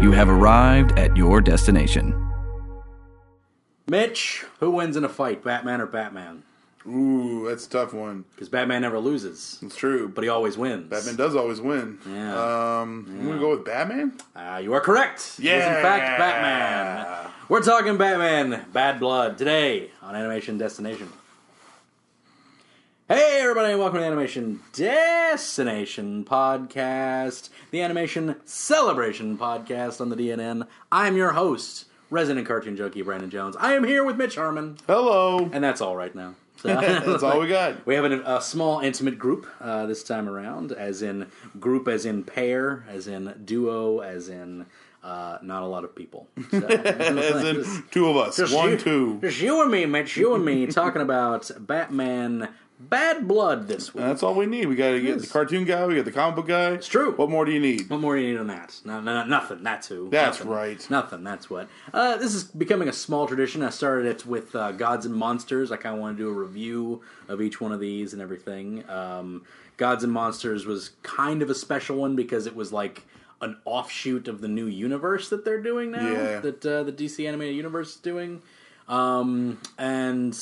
You have arrived at your destination. Mitch, who wins in a fight, Batman or Batman? Ooh, that's a tough one. Because Batman never loses, It's true, but but he always wins. Batman does always win. Yeah. Um, I'm gonna go with Batman. Ah, you are correct. It is in Yeah. fact Batman. We're talking Batman, Bad Blood, today on Animation Destination. Hey, everybody, and welcome to Animation Destination Podcast, the Animation Celebration Podcast on the DNN. I'm your host, resident cartoon junkie Brandon Jones. I am here with Mitch Harmon, Hello. and that's all right now. So- That's all we got. we have an, a small, intimate group uh, this time around, as in group, as in pair, as in duo, as in uh, not a lot of people. So, As in two of us, one, you, two. Just you and me, Mitch. You and me talking about Batman Bad Blood this week. And that's all we need. We got to get Yes. the cartoon guy. We got the comic book guy. It's true. What more do you need? What more do you need on that? No, no, no nothing. That's who. That's nothing. right. Nothing. That's what. Uh, this is becoming a small tradition. I started it with uh, Gods and Monsters. I kind of want to do a review of each one of these and everything. Um, Gods and Monsters was kind of a special one because it was like an offshoot of the new universe that they're doing now. Yeah. That uh, the DC animated universe is doing. Um, and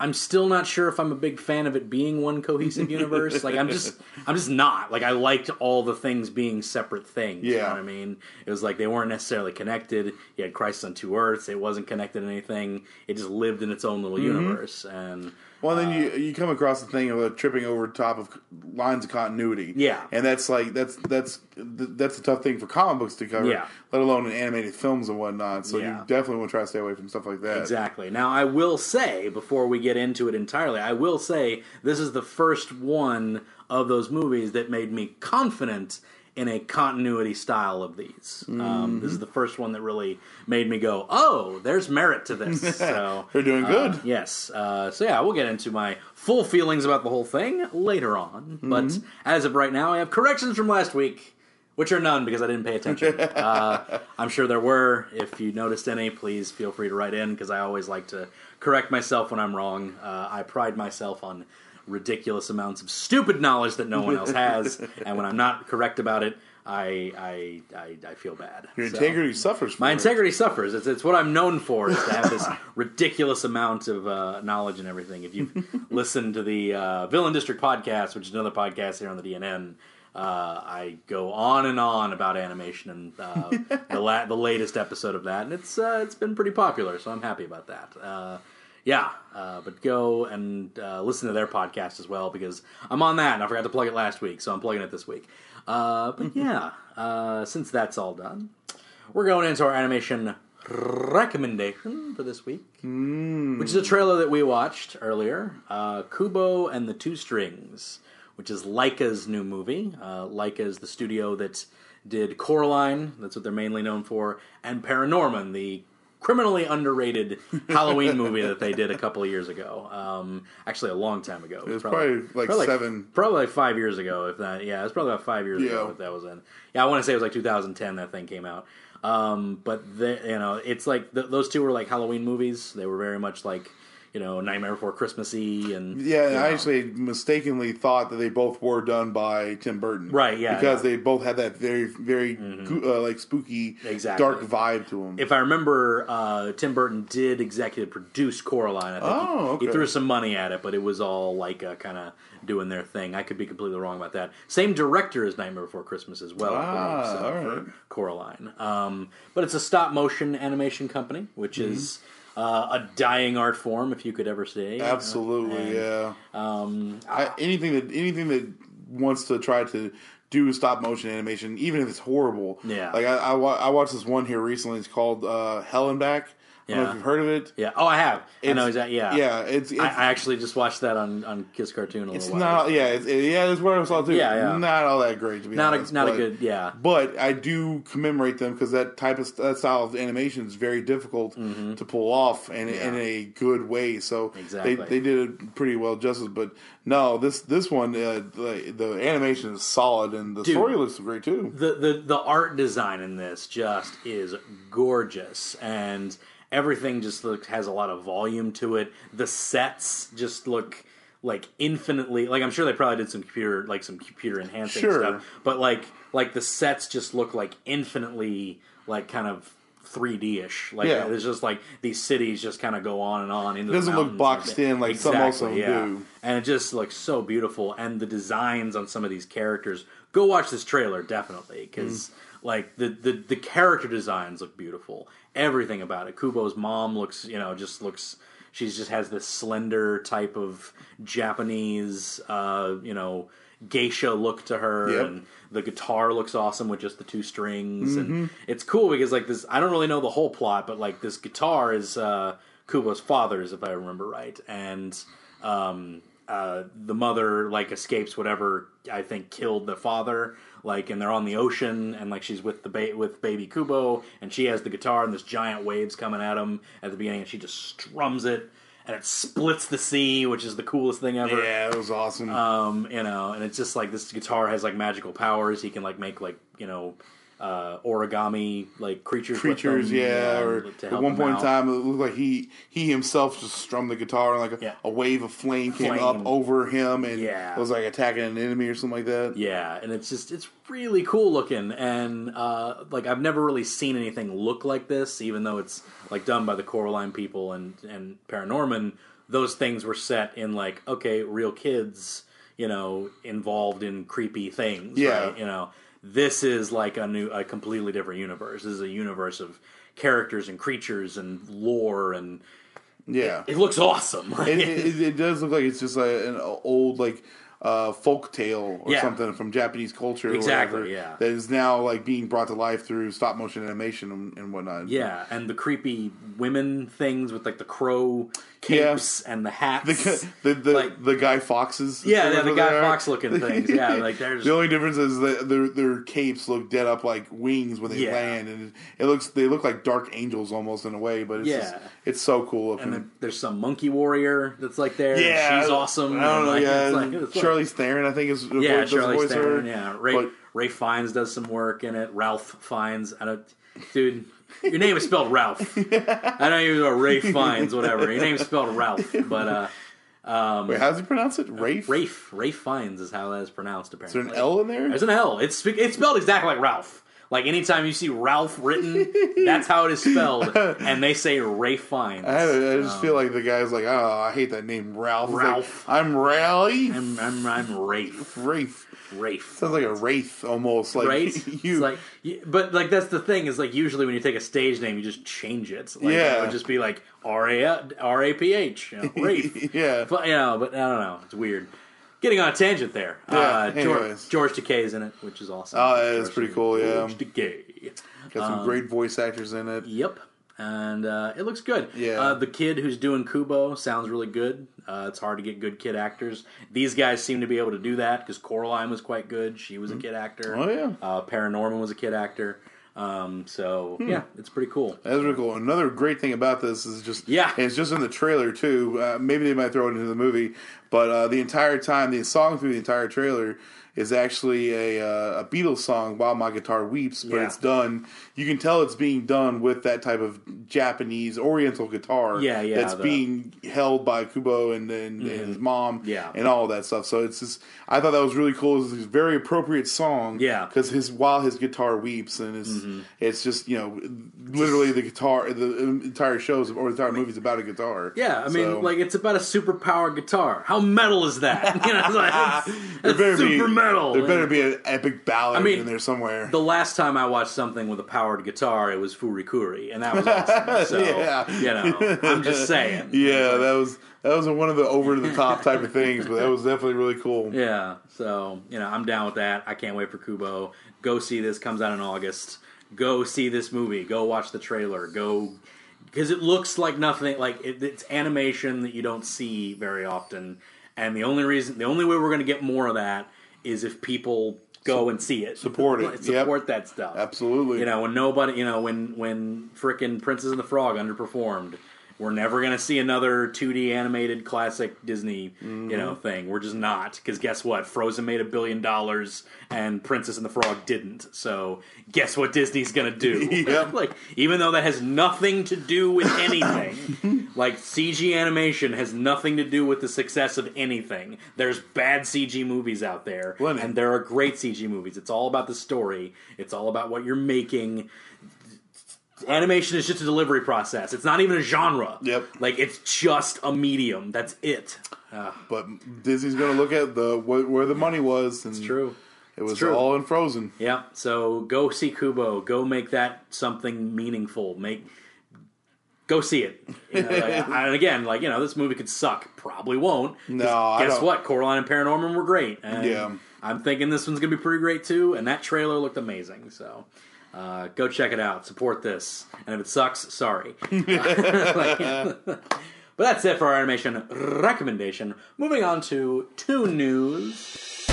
I'm still not sure if I'm a big fan of it being one cohesive universe. like I'm just, I'm just not. Like I liked all the things being separate things. You know Yeah. what I mean? It was like they weren't necessarily connected. You had Christ on two Earths. It wasn't connected to anything. It just lived in its own little universe. And Well, then Uh, you you come across the thing of uh, tripping over top of c- lines of continuity. Yeah. and that's like that's that's th- that's a tough thing for comic books to cover. Yeah. let alone in animated films and whatnot. So Yeah. you definitely want to try to stay away from stuff like that. Exactly. Now, I will say, before we get into it entirely, I will say this is the first one of those movies that made me confident in a continuity style of these. Um, this is Mm-hmm. the first one that really made me go, oh, there's merit to this. So They're doing good. uh, yes. Uh, so, yeah, we'll get into my full feelings about the whole thing later on. But Mm-hmm. as of right now, I have corrections from last week. Which are none because I didn't pay attention. Uh, I'm sure there were. If you noticed any, please feel free to write in because I always like to correct myself when I'm wrong. Uh, I pride myself on ridiculous amounts of stupid knowledge that no one else has, and when I'm not correct about it, I I I, I feel bad. Your So- integrity suffers. my for it. integrity suffers. It's, it's what I'm known for is to have this ridiculous amount of uh, knowledge and everything. If you've listened to the uh, Villain District podcast, which is another podcast here on the DNN, uh, I go on and on about animation and uh, the la- the latest episode of that, and it's uh, it's been pretty popular, so I'm happy about that. Uh, yeah, uh, but go and uh, listen to their podcast as well because I'm on that and I forgot to plug it last week, so I'm plugging it this week. Uh, but yeah, uh, since that's all done, we're going into our animation recommendation for this week, Hmm. which is a trailer that we watched earlier uh, Kubo and the Two Strings, which is Leica's new movie. Uh, Leica is the studio that did Coraline, that's what they're mainly known for, and Paranorman, the criminally underrated Halloween movie that they did a couple of years ago. Um, actually, a long time ago. It was probably like seven. Probably like five years ago, if that. Yeah, it was probably about five years ago Yeah. that that was in. Yeah, I want to say it was like 2010 that thing came out. Um, but the, you know, it's like th- those two were like Halloween movies. They were very much like you know Nightmare Before Christmasy and Yeah, you I know. actually mistakenly thought that they both were done by Tim Burton. Right, yeah, Because yeah. Mm-hmm. they both had that very, very goo- uh, like spooky, Exactly. dark vibe to them. if I remember, uh, Tim Burton did executive produce Coraline. I think Oh, he, he okay. threw some money at it, but it was all like uh, kind of doing their thing. I could be completely wrong about that. Same director as Nightmare Before Christmas as well. I believe, Ah, so, all for right. Coraline. Um, but it's a stop motion animation company, which Mm-hmm. is uh, a dying art form, if you could ever say. Absolutely, And- yeah. Um, I, anything that anything that wants to try to do stop motion animation, even if it's horrible. Yeah. Like I, I, wa- I watched this one here recently. It's called uh, Hell and Back. I don't Yeah. know if you've heard of it. Yeah. Oh, I have. I know. It's- Exactly. Yeah. Yeah, it's it's, I, I actually just watched that on, on Kiss Cartoon a little it's while. not yeah it's, it, yeah that's what I saw too. Yeah, yeah. Not all that great to be not honest. a not a but- good. Yeah. But I do commemorate them because that type of that style of animation is very difficult to pull off and in a good way. So Mm-hmm. Exactly. they, they did it pretty well justice. But no, this this one uh, the, the animation is solid and the Dude. story looks great too. the, the the art design in this just is gorgeous and everything just looks has a lot of volume to it the sets just look like infinitely like I'm sure they probably did some computer like some computer enhancing Sure. stuff, but like like the sets just look like infinitely like kind of 3D ish. Like Yeah. it's just like these cities just kind of go on and on into It doesn't the look mountains. boxed in like some most of them do. And it just looks so beautiful, and the designs on some of these characters. Go watch this trailer definitely because like the, the the character designs look beautiful. Everything about it. Kubo's mom looks, you know, just looks. She's just has this slender type of Japanese, uh, you know, geisha look to her, Yep. and the guitar looks awesome with just the two strings, and it's cool because like this. I don't really know the whole plot, but like this guitar is uh, Kubo's father's, if I remember right, and um, uh, the mother like escapes whatever I think killed the father. Like, and they're on the ocean, and like she's with the ba- with baby Kubo, and she has the guitar, and this giant waves coming at him at the beginning, and she just strums it, and it splits the sea, which is the coolest thing ever Yeah, it was awesome. um, you know, and it's just like this guitar has like magical powers. He can like make like you know uh, origami like creatures, with Creatures, them, yeah. um, Or to at help one him point in out. time, it looked like he he himself just strummed the guitar, and like a, Yeah. a wave of flame came Flame. up over him, and Yeah. was like attacking an enemy or something like that. Yeah, and it's just it's really cool looking, and uh, like I've never really seen anything look like this, even though it's like done by the Coraline people and and Paranorman. Those things were set in like okay, real kids, you know, involved in creepy things. Yeah. right? you know, this is like a new, a completely different universe. This is a universe of characters and creatures and lore, and Yeah, it looks awesome. it, it, it does look like it's just like an old like uh, folk tale or Yeah. something from Japanese culture, or Exactly, whatever, yeah. That is now like being brought to life through stop motion animation and, and whatnot. Yeah, and the creepy women things with like the crow capes and the hats. The the the, Like- the Guy Foxes. yeah, yeah, whatever the Guy they are. Fox looking things. Yeah, like there's The only difference is that their their capes look dead up like wings when they Yeah. land, and it looks they look like dark angels almost in a way. But it's Yeah. just, it's so cool looking. and there's some monkey warrior that's like there. and yeah, she's awesome. I don't and, know. like, yeah, it's like- it's like- Charlie Theron, I think is the yeah, voice- does the Charlie voice Theron. over. Yeah, Ray But- Ray Fiennes does some work in it. Ralph Fiennes. I don't, dude. Your name is spelled Ralph. I don't even know Ray Fiennes, whatever. Your name's spelled Ralph, but uh, Wait, how does he pronounce it? Rafe. Rafe Rafe Fiennes is how that is pronounced. Is there Apparently, an L in there? There's an L. It's spe- it's spelled exactly like Ralph. Like anytime you see Ralph written, that's how it is spelled, and they say Ray Fiennes. I, had a, I just feel like the guy's like, oh, I hate that name, Ralph. It's like, Ralph. I'm Rally I'm, I'm, I'm Rafe. Rafe. Rafe. Sounds like a wraith almost. Like Right? you, It's like, you- but like that's the thing is like usually when you take a stage name, you just change it. Like, Yeah. it would just be like R A R A P H, you know, Rafe. yeah. But you know, but I don't know. It's weird. Getting on a tangent there. Yeah, uh, George, anyways. George Takei is in it, which is awesome. Oh, yeah, that's George- pretty cool, yeah. George Takei. Got um, some great voice actors in it. Yep. And uh, it looks good. Yeah. Uh, the kid who's doing Kubo sounds really good. Uh, it's hard to get good kid actors. These guys seem to be able to do that because Coraline was quite good. She was a kid actor. Oh, yeah. Uh, Paranorman was a kid actor. Um, so Hmm. yeah, it's pretty cool. That's really cool. Another great thing about this is just Yeah. and it's just in the trailer too. Uh, maybe they might throw it into the movie, but uh, the entire time, the song through the entire trailer is actually a, uh, a Beatles song. While my guitar weeps, but Yeah. it's done. You can tell it's being done with that type of Japanese Oriental guitar. Yeah, yeah, That's the- Mm-hmm. being held by Kubo and and, and his mom. Yeah. and all that stuff. So it's just I thought that was really cool. It's a very appropriate song. Yeah. Mm-hmm. because his while his guitar weeps and it's it's just you know literally the guitar the entire shows or the entire movie's about a guitar. Yeah, I mean, So, like it's about a superpower guitar. How metal is that? You know, it's like, it's- there it's better super be, metal. There better be an epic ballad I mean, in there somewhere. The last time I watched something with a powered guitar, it was Furikuri, and that was awesome. So, Yeah. you know, I'm just saying. yeah, that was that was one of the over the top type of things, but that was definitely really cool. Yeah, so you know, I'm down with that. I can't wait for Kubo. Go see this. Comes out in August. Go see this movie. Go watch the trailer. Go because it looks like nothing. Like it, it's animation that you don't see very often. And the only reason, the only way we're going to get more of that is if people go and see it, support it. Yep. support that stuff. Absolutely. You know, when nobody, you know, when when frickin' Princess and the Frog underperformed, we're never gonna see another 2D animated classic Disney, you Mm-hmm. know, thing. We're just not because guess what? Frozen made a billion dollars and Princess and the Frog didn't. So guess what Disney's gonna do? Yep. like even though that has nothing to do with anything, Like CG animation has nothing to do with the success of anything. There's bad CG movies out there, Well, and- and there are great CG movies. It's all about the story. It's all about what you're making. Animation is just a delivery process. It's not even a genre. Yep. Like it's just a medium. That's it. But Disney's going to look at the wh- where the money was. And True. It was true. all in Frozen. Yeah. So go see Kubo. Go make that something meaningful. Make go see it. You know, like, and again, like you know, this movie could suck. Probably won't. 'Cause No, Uh, I Guess don't- what? Coraline and Paranorman were great. And Yeah. I'm thinking this one's gonna be pretty great too. And that trailer looked amazing. So. Uh, go check it out. Support this, and if it sucks, sorry. But that's it for our animation recommendation. Moving on to Toon News.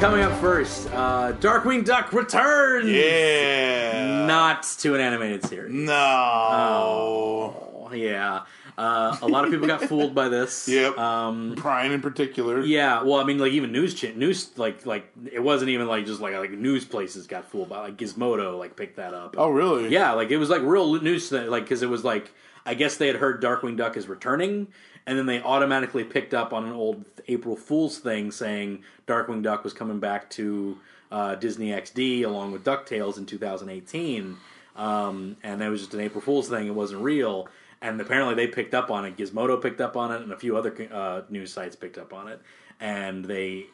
Coming up first, uh, Darkwing Duck returns! Yeah. Not to an animated series. No. Oh, yeah. Uh, a lot of people got fooled by this. Yep. Um, Brian in particular. yeah, well, I mean, like even news, ch- news, like like it wasn't even like just like like news places got fooled by like Gizmodo like picked that up. Oh, really? Yeah, like it was like real news to them, like because it was like I guess they had heard Darkwing Duck is returning, and then they automatically picked up on an old April Fool's thing saying Darkwing Duck was coming back to uh, Disney XD along with Ducktales in 2018, um, and that was just an April Fool's thing. It wasn't real. And apparently they picked up on it. Gizmodo picked up on it, and a few other uh, news sites picked up on it. And they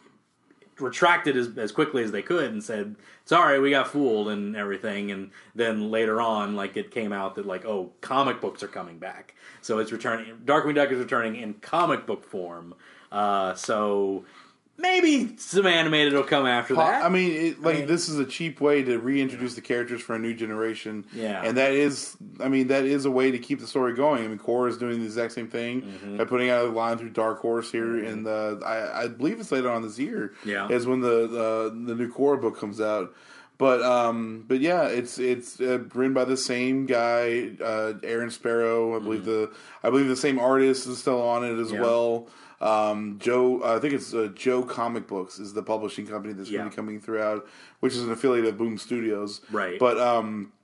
retracted as, as quickly as they could and said, "Sorry, we got fooled and everything." And then later on, like it came out that like, oh, comic books are coming back, so it's returning. Darkwing Duck is returning in comic book form. Uh, so maybe some animated will come after Po- that. I mean, it, like mean- this is a cheap way to reintroduce the characters for a new generation. Yeah. and that is, I mean, that is a way to keep the story going. I mean, Korra is doing the exact same thing Mm-hmm. by putting out a line through Dark Horse here, and uh, I, I believe it's later on this year. Yeah. is when the the, the new Korra book comes out. But um, but yeah, it's it's uh, written by the same guy, uh, Aaron Sparrow. I believe the I believe the same artist is still on it as Mm-hmm. Yeah. well. Um, Joe, I think it's uh, Joe Comic Books is the publishing company that's Yeah. going to be coming throughout, which is an affiliate of Boom Studios. Right. But um,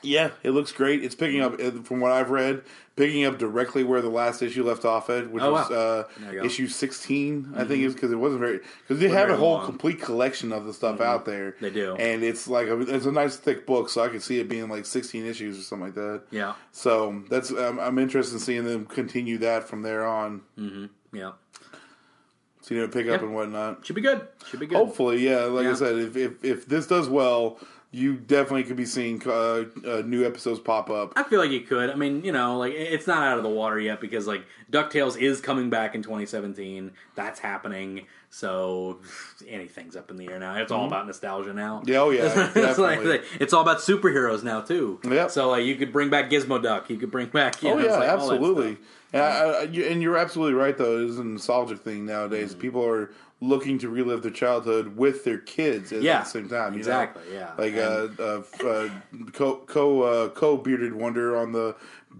yeah, it looks great. It's picking up uh, from what I've read, picking up directly where the last issue left off at, which Oh, was wow. uh, There you go. Mm-hmm. issue sixteen, I think, is because it wasn't very because they have a very whole long. Mm-hmm. complete collection of the stuff out there. They do. and it's like a, it's a nice thick book, so I could see it being like sixteen issues or something like that. yeah, So that's um, I'm interested in seeing them continue that from there on. yeah, So you know, pick Yep. up and whatnot. should be good. Should be good. Hopefully, yeah. Like Yeah. I said, if, if if this does well, you definitely could be seeing uh, uh, new episodes pop up. I feel like you could. I mean, you know, like it- it's not out of the water yet because like DuckTales is coming back in 2017. That's happening. So anything's up in the air now. It's all about nostalgia now. Yeah, oh yeah, it's, like, definitely. it's all about superheroes now too. Yep. So like you could bring back Gizmo Duck. You could bring back. You Oh know, it's yeah, like, all that absolutely. stuff. And, I, I, you- and you're absolutely right, though. It is a nostalgic thing nowadays. Mm-hmm. People are looking to relive their childhood with their kids at, Yeah, the same time. You exactly, Know? yeah. Like uh, uh, f- uh, co co uh, co bearded wonder on the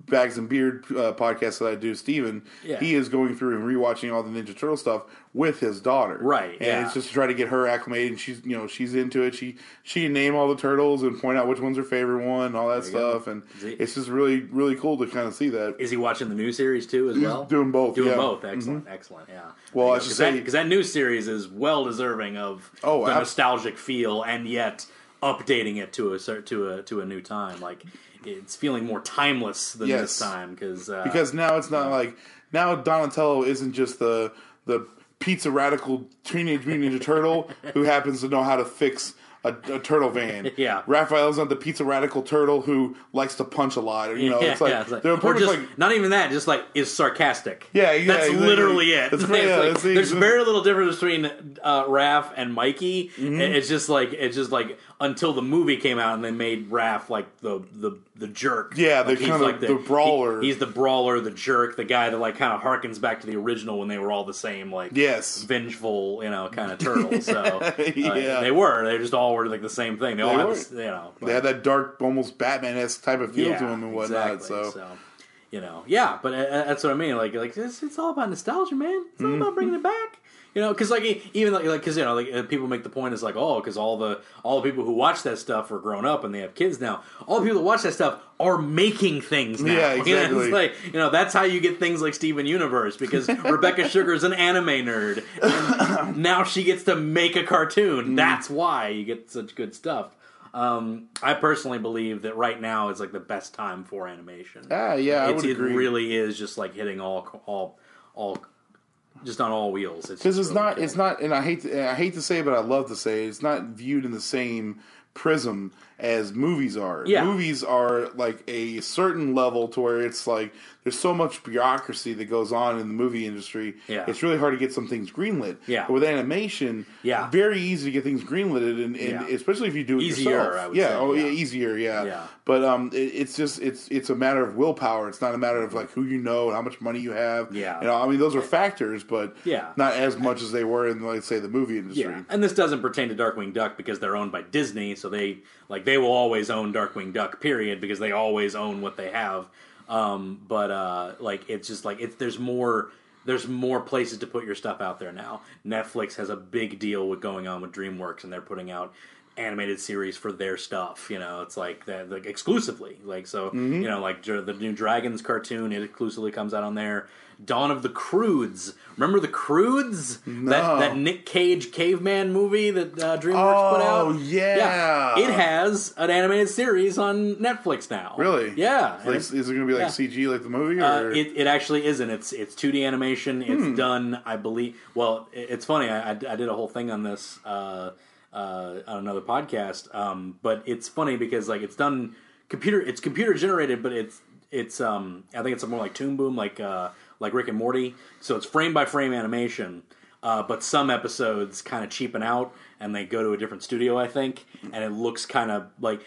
Bags and Beard uh, podcast that I do, Steven, Yeah. he is going through and rewatching all the Ninja Turtle stuff with his daughter. Right, And yeah. it's just to try to get her acclimated. And she's you know she's into it. She she can name all the turtles and point out which one's her favorite one, and all that stuff. And See? it's just really really cool to kind of see that. Is he watching the new series too as well? doing both, Doing yeah. Mm-hmm. both. Excellent. Excellent. Yeah. Well, There I you go. should 'Cause say- that, because that new series is well deserving of Oh, the ab- nostalgic feel, and yet updating it to a cer- to a to a new time. Like it's feeling more timeless than Yes. this time because uh, because now it's not like now Donatello isn't just the the pizza radical teenage mutant ninja turtle who happens to know how to fix a, a turtle van. Yeah. Raphael's not the pizza radical turtle who likes to punch a lot. Or, you know, yeah, it's like yeah, they're or pretty just much like not even that, just like is sarcastic. Yeah, yeah, that's exactly. literally it. That's It's right, yeah, like, that's the- there's very little difference between uh, Raph and Mikey. Mm-hmm. It- It's just like it's just like until the movie came out and they made Raph like the the the jerk. Yeah, like, the kind of the brawler. he- he's the brawler, the jerk, the guy that like kind of harkens back to the original when they were all the same. Like yes. vengeful, you know, kind of turtle. So uh, Yeah. they were. They just all were like the same thing. They, all They had were. this, you know. They had that dark, almost Batman esque type of feel Yeah, to them and whatnot. exactly. So. Mm-hmm. you know, yeah, but uh, uh, that's what I mean. Like, like it's, it's all about nostalgia, man. It's all about bringing it back. You know, because like e- even like like because you know like uh, people make the point is like oh because all the all the people who watch that stuff are grown up and they have kids now. All the people that watch that stuff are making things now. Yeah, You know, it's exactly. like you know that's how you get things like Steven Universe because Rebecca Sugar's an anime nerd. And now she gets to make a Mm. cartoon. That's why you get such good stuff. Um, I personally believe that right now is like the best time for animation. Ah, yeah, I It's- would it agree. really is just like hitting all all all just on all wheels. because it's really not killing it's not and i hate to, and i hate to say it but i love to say it, it's not viewed in the same prism as movies are Yeah. movies are like a certain level to where it's like there's so much bureaucracy that goes on in the movie industry Yeah. it's really hard to get some things greenlit Yeah. but with animation Yeah. very easy to get things greenlit and, and Yeah. especially if you do it Easier, yourself I would yeah say, oh yeah. yeah easier yeah Yeah. but um it, it's just it's it's a matter of willpower it's not a matter of like who you know and how much money you have Yeah. you know I mean, those are factors, but Yeah. not as much as they were in, like, say, the movie industry. Yeah, and this doesn't pertain to Darkwing Duck because they're owned by Disney, so they like they will always own Darkwing Duck. Period, because they always own what they have. Um, but uh, like it's just like it's there's more there's more places to put your stuff out there now. Netflix has a big deal with going on with DreamWorks, and they're putting out animated series for their stuff. You know, it's like that like exclusively. Like so, you know, like dr- the new Dragons cartoon, it exclusively comes out on there. Dawn of the Crudes. Remember the Crudes? That that Nick Cage caveman movie that uh, DreamWorks put out. Oh, yeah. it has an animated series on Netflix now. Really? Yeah. Like, and is it going to be like yeah. CG, like the movie? uh, Or? it, it actually isn't. It's it's 2D animation. It's done, I believe. Well, it- it's funny. I, I, I did a whole thing on this uh, uh, on another podcast. Um, but it's funny because like it's done computer. It's computer generated, but it's it's um I think it's more like Toon Boom, like uh, like Rick and Morty. So it's frame by frame animation. Uh, but some episodes kind of cheapen out, and they go to a different studio, I think, and it looks kind of like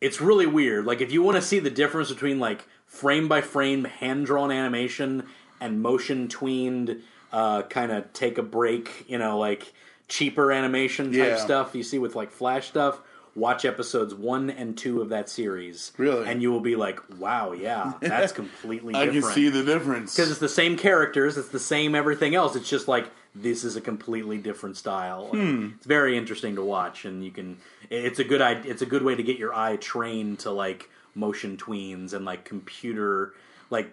it's really weird. Like if you want to see the difference between like frame by frame hand drawn animation and motion tweened uh, kind of take a break, you know, like cheaper animation type Yeah. stuff you see with like Flash stuff. Watch episodes one and two of that series, Really? and you will be like, "Wow, yeah, that's completely." I different. can see the difference. Because it's the same characters, it's the same everything else. It's just like this is a completely different style. And It's very interesting to watch, and you can. it- It's a good. id- It's a good way to get your eye trained to like motion tweens and like computer, like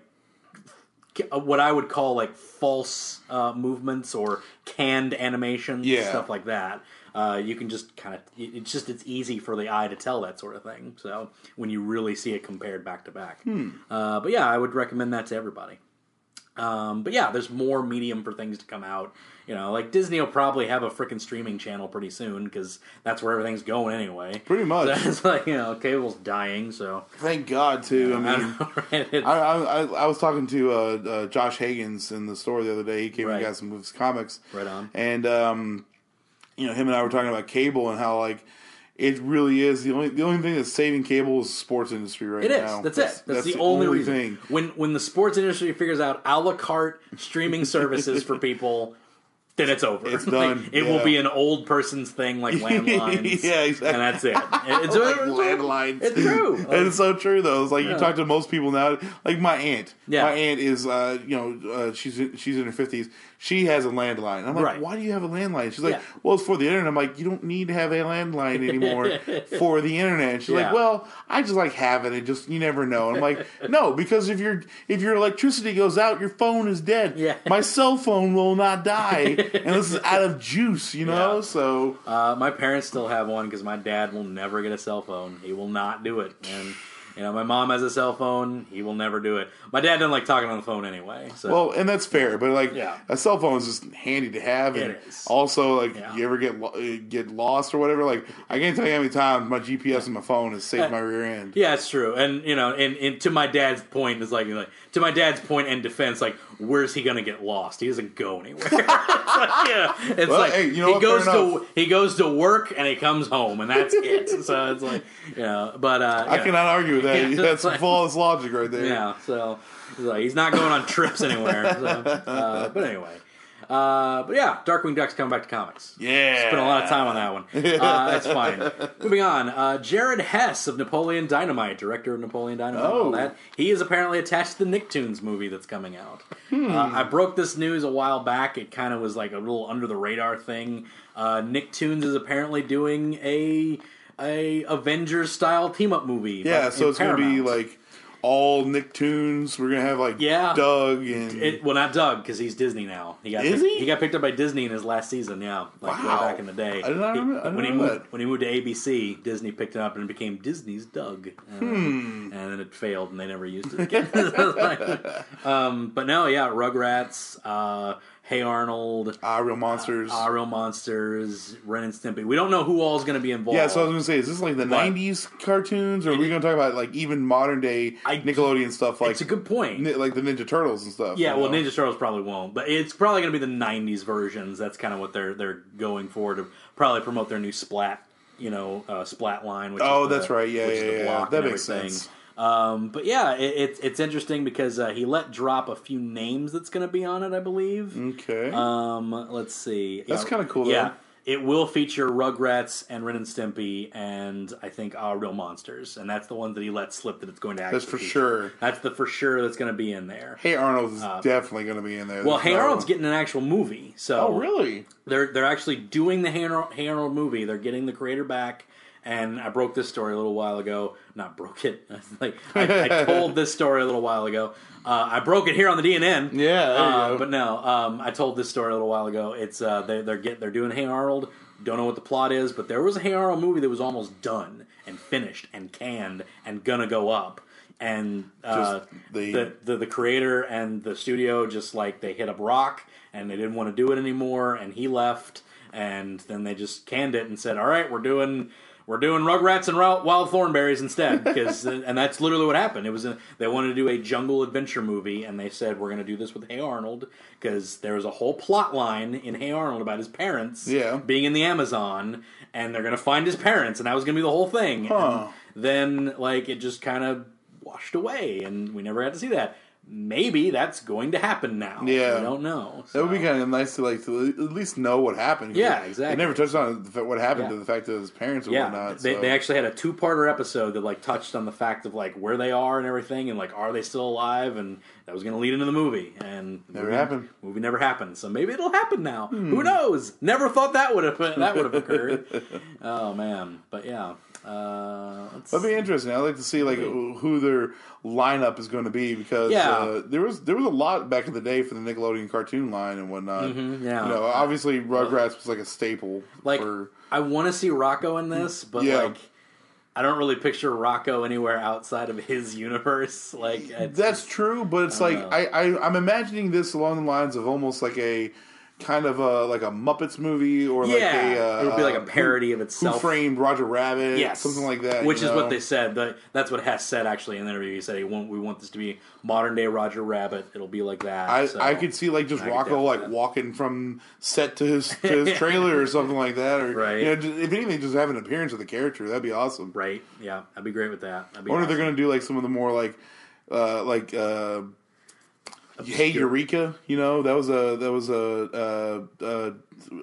c- what I would call like false uh, movements or canned animations, Yeah. stuff like that. Uh, you can just kind of. It's just it's easy for the eye to tell that sort of thing. So when you really see it compared back to back, uh, but yeah, I would recommend that to everybody. Um, but yeah, there's more medium for things to come out. You know, like Disney will probably have a freaking streaming channel pretty soon because that's where everything's going anyway. Pretty much. So it's like you know, cable's dying, so Thank God, too. I I mean, don't know, right? It's- I, I, I, I was talking to uh, uh, Josh Hagens in the store the other day. He came Right. and got some of his comics. Right on. And um, you know, him and I were talking about cable and how like it really is the only the only thing that's saving cable is the sports industry right It is. now. That's, it. That's, the, only, reason. thing. When when the sports industry figures out a la carte streaming services for people, then it's over. It's Like, done. it will Yeah. be an old person's thing, like landlines. Yeah, exactly. And that's it. It's, like it's- landlines. It's true. And it's so true though. It's like Yeah. you talk to most people now. Like my aunt. Yeah. My aunt is, uh, you know, uh, she's she's in her fifties. She has a landline. And I'm like, Right. why do you have a landline? She's like, Yeah. well, it's for the internet. I'm like, you don't need to have a landline anymore for the internet. And she's Yeah. like, well, I just like having it. Just you never know. And I'm like, no, because if your if your electricity goes out, your phone is dead. Yeah. My cell phone will not die, and this is out of juice. You know, Yeah. so Uh, my parents still have one because my dad will never get a cell phone. He will not do it. And you know, my mom has a cell phone. He will never do it. My dad doesn't like talking on the phone anyway. So Well, and that's fair, but like Yeah. a cell phone is just handy to have, and It is. also like Yeah. you ever get lo- uh, get lost or whatever. Like I can't tell you how many times my GPS on my phone has saved my rear end. Yeah, it's true. And you know, and, and to my dad's point is like, like to my dad's point and defense, like where's he gonna get lost? He doesn't go anywhere. it's like, yeah, it's Well, like hey, you know he what? Fair goes enough. to he goes to work and he comes home and that's it. so it's like, you know, but uh, I yeah. cannot argue with that. Yeah, that's it's like- flawless logic right there. Yeah, so he's, like, he's not going on trips anywhere. So, uh, but anyway, Uh, but yeah, Darkwing Duck's coming back to comics. Yeah. Spent a lot of time on that one. Uh, that's fine. Moving on, uh, Jared Hess of Napoleon Dynamite, director of Napoleon Dynamite, Oh. all that. He is apparently attached to the Nicktoons movie that's coming out. Hmm. Uh, I broke this news a while back. It kind of was like a little under the radar thing. Uh, Nicktoons is apparently doing a a Avengers style team up movie. Yeah, but so in it's going to be Paramount. like all Nicktoons. We're going to have like Yeah. Doug and It, well, not Doug because he's Disney now. He got Is picked- he? got picked up by Disney in his last season. Yeah, like Wow. way back in the day. I did not He- remember- I didn't when he know moved that. when he moved to ABC, Disney picked him up and became Disney's Doug. And, Hmm. and then it failed, and they never used it again. um, but no, yeah, Rugrats, uh, Hey Arnold, Ah Real Monsters. Ah Real Monsters, Ren and Stimpy. We don't know who all's going to be involved. yeah, so I was going to say, is this like the But- 90s cartoons or are we going to talk about like even modern day I- Nickelodeon stuff like it's a good point. ni- like the Ninja Turtles and stuff? Yeah, you well, know? Ninja Turtles probably won't, but it's probably going to be the '90s versions. That's kind of what they're they're going for to probably promote their new Splat, you know, uh, Splat line. Which Oh, is the- that's right. Yeah, which is yeah, the yeah. block That and makes everything. sense. Um, but yeah, it, it's it's interesting because uh, he let drop a few names that's going to be on it, I believe. Okay. Um, let's see. Mm. That's Yeah, kinda cool, Yeah, though. it will feature Rugrats and Ren and Stimpy, and I think Ah Real Monsters, and that's the one that he let slip that it's going to. Actually That's for feature. sure. That's the for sure that's going to be in there. Hey Arnold is definitely going to be in there. Uh, Well, There's Hey no- Arnold's getting an actual movie, so Oh, really? they're they're actually doing the Hey Arnold, hey Arnold movie. They're getting the creator back, and I broke this story a little while ago. Not broke it, like I, I told this story a little while ago. Uh, I broke it here on the DNN. Yeah, there you uh, go. but no, um, I told this story a little while ago. It's uh, they, they're get they're doing Hey Arnold. Don't know what the plot is, but there was a Hey Arnold movie that was almost done and finished and canned and gonna go up. And uh, Just they- the the, the creator and the studio just like they hit up rock and they didn't want to do it anymore and he left and then they just canned it and said all right we're doing we're doing rugrats and Ro- wild thornberries instead because and that's literally what happened it was a, they wanted to do a jungle adventure movie and they said we're going to do this with hey arnold because there was a whole plot line in hey arnold about his parents Yeah. being in the amazon and they're going to find his parents and that was going to be the whole thing Huh. and then like it just kind of washed away and we never got to see that maybe that's going to happen now Yeah. i don't know That would be So- kind of nice to like to at least know what happened. 'cause Uh, Yeah, they- exactly. They never touched on the fa- what happened Yeah. to the fact that his parents and yeah whatnot. they, so. they actually had a two-parter episode that like touched on the fact of like where they are and everything and like are they still alive and that was going to lead into the movie and the Never movie, happened. Hmm. movie never happened so maybe it'll happen now who knows never thought that would have that would have occurred oh man but yeah uh, let's That'd be interesting. I'd like to see like who their lineup is going to be because Yeah. uh, there was there was a lot back in the day for the Nickelodeon cartoon line and whatnot. Mm-hmm. yeah. you know, obviously Rugrats was like a staple. Like for, I want to see Rocco in this, but Yeah. like I don't really picture Rocco anywhere outside of his universe. Like it's, That's true, but it's like know. I, I I'm imagining this along the lines of almost like a kind of a like a Muppets movie or like yeah, a uh, it would be like a uh, parody of Who, itself. who framed Roger Rabbit? Yes, something like that. Which you is know? what they said. The, that's what Hess said actually in the interview. He said he want we want this to be modern day Roger Rabbit. It'll be like that. I, so. I could see like just I could Rocco definitely- like walking from set to his to his trailer or something like that, or Right. you know, ju- if anything, just have an appearance of the character. That'd be awesome. right. Yeah, I'd be great with that. That'd be I wonder if they're awesome. gonna do like some of the more like uh, like uh, Hey Eureka, you know that was a that was a uh, uh,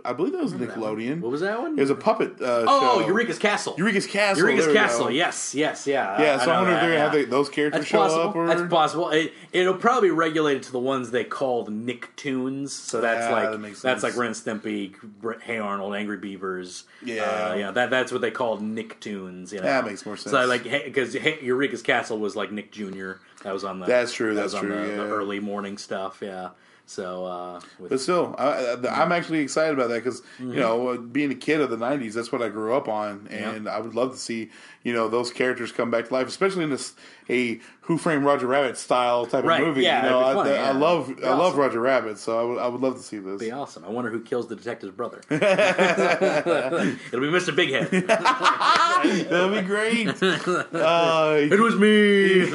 I believe that was Nickelodeon. What was that one? It was a puppet. Uh, oh, show. Eureka's Castle. Eureka's Castle. Eureka's there we Castle. go. Yes, yes, yeah. Yeah, so I, know wonder if that, they're gonna yeah. have the, those characters That's show possible. up, or That's possible. It, it'll probably be regulated to the ones they called Nicktoons. So that's Ah, like that makes that's sense. like Ren and Stimpy, Br- Hey Arnold, Angry Beavers. Yeah. uh, yeah. That that's what they called Nicktoons. You know? That makes more sense. So like because Eureka's Castle was like Nick Jr. That was on the That's true, that was that's on true, The, the yeah. early morning stuff. Yeah. So uh, with But still, I, I, I'm actually excited about that because Mm-hmm. you know, uh, being a kid of the '90s, that's what I grew up on, and I would love to see you know those characters come back to life, especially in this a Who Framed Roger Rabbit style type Right, of movie. yeah, you know, that'd be fun, I, th- I yeah. love That'd be I love awesome. Roger Rabbit, so I would I would love to see this. be awesome. I wonder who kills the detective's brother. It'll be Mr. Big Head. That'd be great. uh, it was me,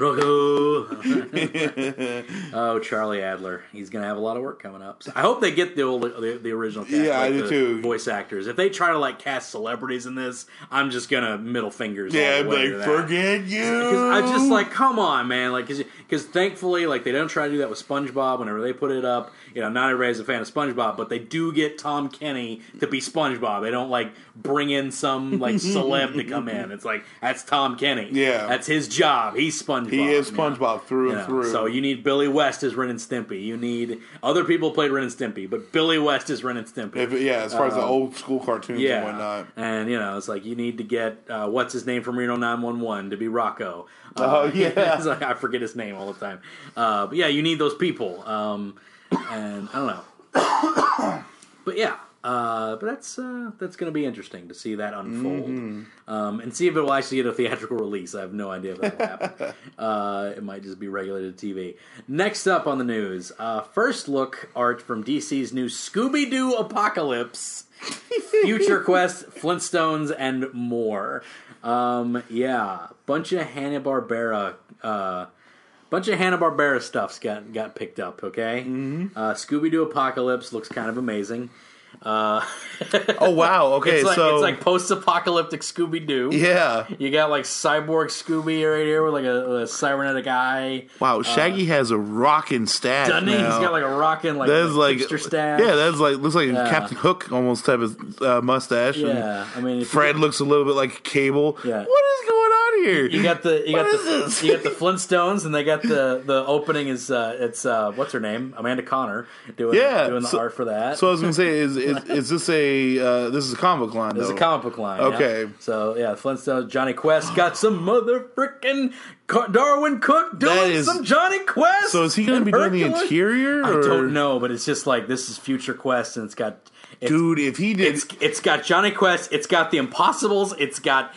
Rocco. oh, Charlie Adler. He's gonna have a lot of work coming up. So I hope they get the old, the, the original cast. Yeah, like I do the too. Voice actors. If they try to like cast celebrities in this, I'm just gonna middle fingers. all the yeah, I'd way be to like that. forget you. Um, Because I just like, come on, man. Like, 'cause you, because thankfully, like they don't try to do that with SpongeBob. Whenever they put it up, you know, not everybody's a fan of SpongeBob, but they do get Tom Kenny to be SpongeBob. They don't like bring in some like celeb to come in. It's like that's Tom Kenny. Yeah. that's his job. He's SpongeBob. He is you know? SpongeBob through You and know, through. So you need Billy West as Ren and Stimpy. You need other people played Ren and Stimpy, but Billy West is Ren and Stimpy. if, yeah, as far as the old school cartoons um, yeah, and whatnot. and you know, it's like you need to get uh, what's his name from Reno 911 to be Rocco. Oh, Uh, yeah. it's like, I forget his name all the time. Uh, but yeah, you need those people. Um, and I don't know, but yeah. Uh, but that's uh, that's going to be interesting to see that unfold Mm-hmm. um, and see if it will actually get a theatrical release. I have no idea if that will happen. uh, it might just be regulated TV. Next up on the news, uh, first look art from DC's new Scooby Doo Apocalypse. Future Quest, Flintstones, and more. Um, yeah, bunch of Hanna Barbera, uh, bunch of Hanna Barbera stuffs got got picked up. Okay, mm-hmm. uh, Scooby Doo Apocalypse looks kind of amazing. Uh, Oh wow. Okay, it's like so it's like post apocalyptic Scooby Doo. yeah. You got like cyborg Scooby right here with like a, a cybernetic eye. Wow, Shaggy has a rockin' stash. Doesn't he? now. Uh, He's got like a rockin' like, That's like like hipster staff. yeah, that's like looks like Yeah. Captain Hook almost type of uh, mustache. and yeah. I mean, if you- Fred looks a little bit like Cable. Yeah. What is going on here? You got the you What got is the this? you got the Flintstones, and they got the the opening is uh, it's uh, what's her name Amanda Connor doing Yeah, doing the so- art for that. so I was gonna say, is is, is this a uh, this is a comic book line? This is a though. comic book line. yeah. Okay. So yeah, Flintstones. Johnny Quest got some mother frickin' Car- Darwin Cook doing That is- some Johnny Quest. So is he gonna and be doing the Hercules. interior? I or- don't know, but it's just like this is Future Quest, and it's got it's, dude. If he did, It's it's got Johnny Quest. It's got the Impossibles. It's got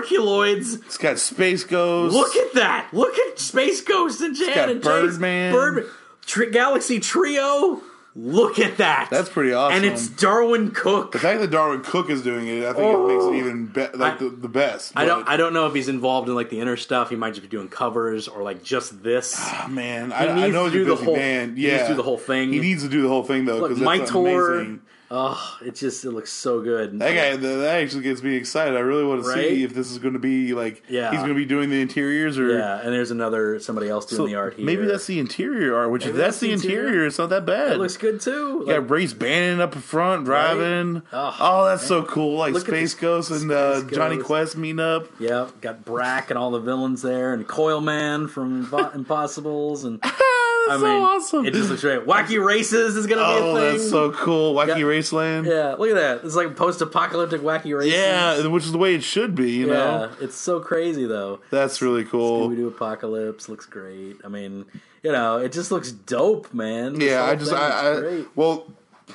Herculoids. it's got Space Ghosts. Look at that! Look at Space Ghost and Jan got and Birdman. Chase, Birdman, Tri- Galaxy Trio. Look at that! That's pretty awesome. And it's Darwin Cook. The fact that Darwin Cook is doing it, I think it makes it even be- like I- the, the best. Oh. I don't. But, I don't know if he's involved in like the inner stuff. He might just be doing covers or like just this. Ah, man, He I, I needs know to he's a do the busy whole- man. he needs Yeah, to do the whole thing. He needs to do the whole thing though Look, because my that's tour. amazing. Oh, it just it looks so good. That guy, that, that actually gets me excited. I really want to Right? see if this is going to be like Yeah. he's going to be doing the interiors or yeah, and there's another somebody else doing So the art here. Maybe that's the interior art. Which if Maybe that's, the interior, it's not that bad. It looks good too. You Like, got Race Bannon up front driving. Ugh, oh, that's so cool! Like Look at Space this- Ghost and uh, Space Johnny Ghost. Quest meeting up. yeah, got Brack and all the villains there, and Coil Man from Impo- Impossibles, and that's so awesome! It just looks great. Wacky Races is gonna oh, be a thing. that's so cool! Wacky Yeah. Raceland. Yeah. yeah, look at that. It's like post-apocalyptic Wacky Races. and which is the way it should be. You know, yeah. It's so crazy though. that's really cool. Scooby Doo Apocalypse looks great. I mean, you know, it just looks dope, man. This Yeah, whole I just thing I, looks I great. well,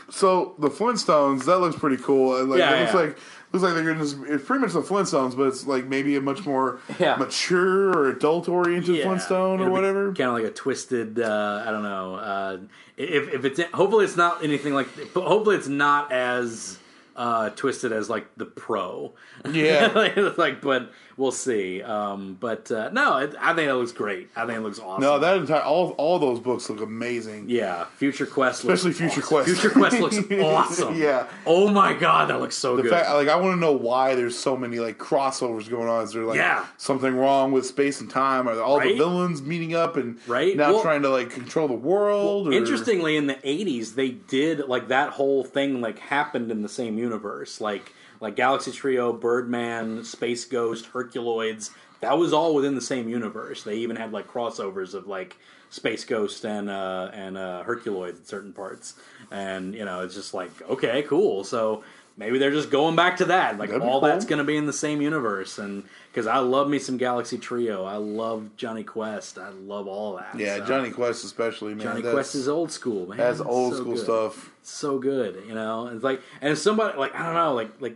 so the Flintstones that looks pretty cool. And like Yeah, it looks yeah. like looks like they're gonna just it's pretty much the Flintstones, but it's like maybe a much more Yeah. mature or adult oriented Flintstone or whatever. Kind of like a twisted. Uh, I don't know. Uh, if if it's hopefully it's not anything like. Hopefully it's not as uh, twisted as like the pro. Yeah. It's like, but we'll see. Um, but uh, no, it, I think it looks great. I think it looks awesome. no, that entire all all those books look amazing. yeah, Future Quest, looks Especially Future awesome. Quest. Future Quest looks awesome. Yeah. Oh my god, that looks so The good. fact, like, I want to know why there's so many like crossovers going on. Is there like Yeah. something wrong with space and time? Are all Right? the villains meeting up and Right? now Well- trying to like control the world? or- Interestingly, in the '80s, they did like that whole thing like happened in the same universe, like like Galaxy Trio, Birdman, Space Ghost, Herculoids. That was all within the same universe. They even had like crossovers of like Space Ghost and uh, and uh, Herculoids in certain parts, and you know it's just like okay, cool. So maybe they're just going back to that. Like That'd be all cool. that's going to be in the same universe, and because I love me some Galaxy Trio, I love Johnny Quest, I love all that. Yeah, so. Johnny Quest especially, man. Johnny That's- Quest is old school, man. That's old So school good. stuff. So good, you know. It's like, and if somebody like I don't know, like like,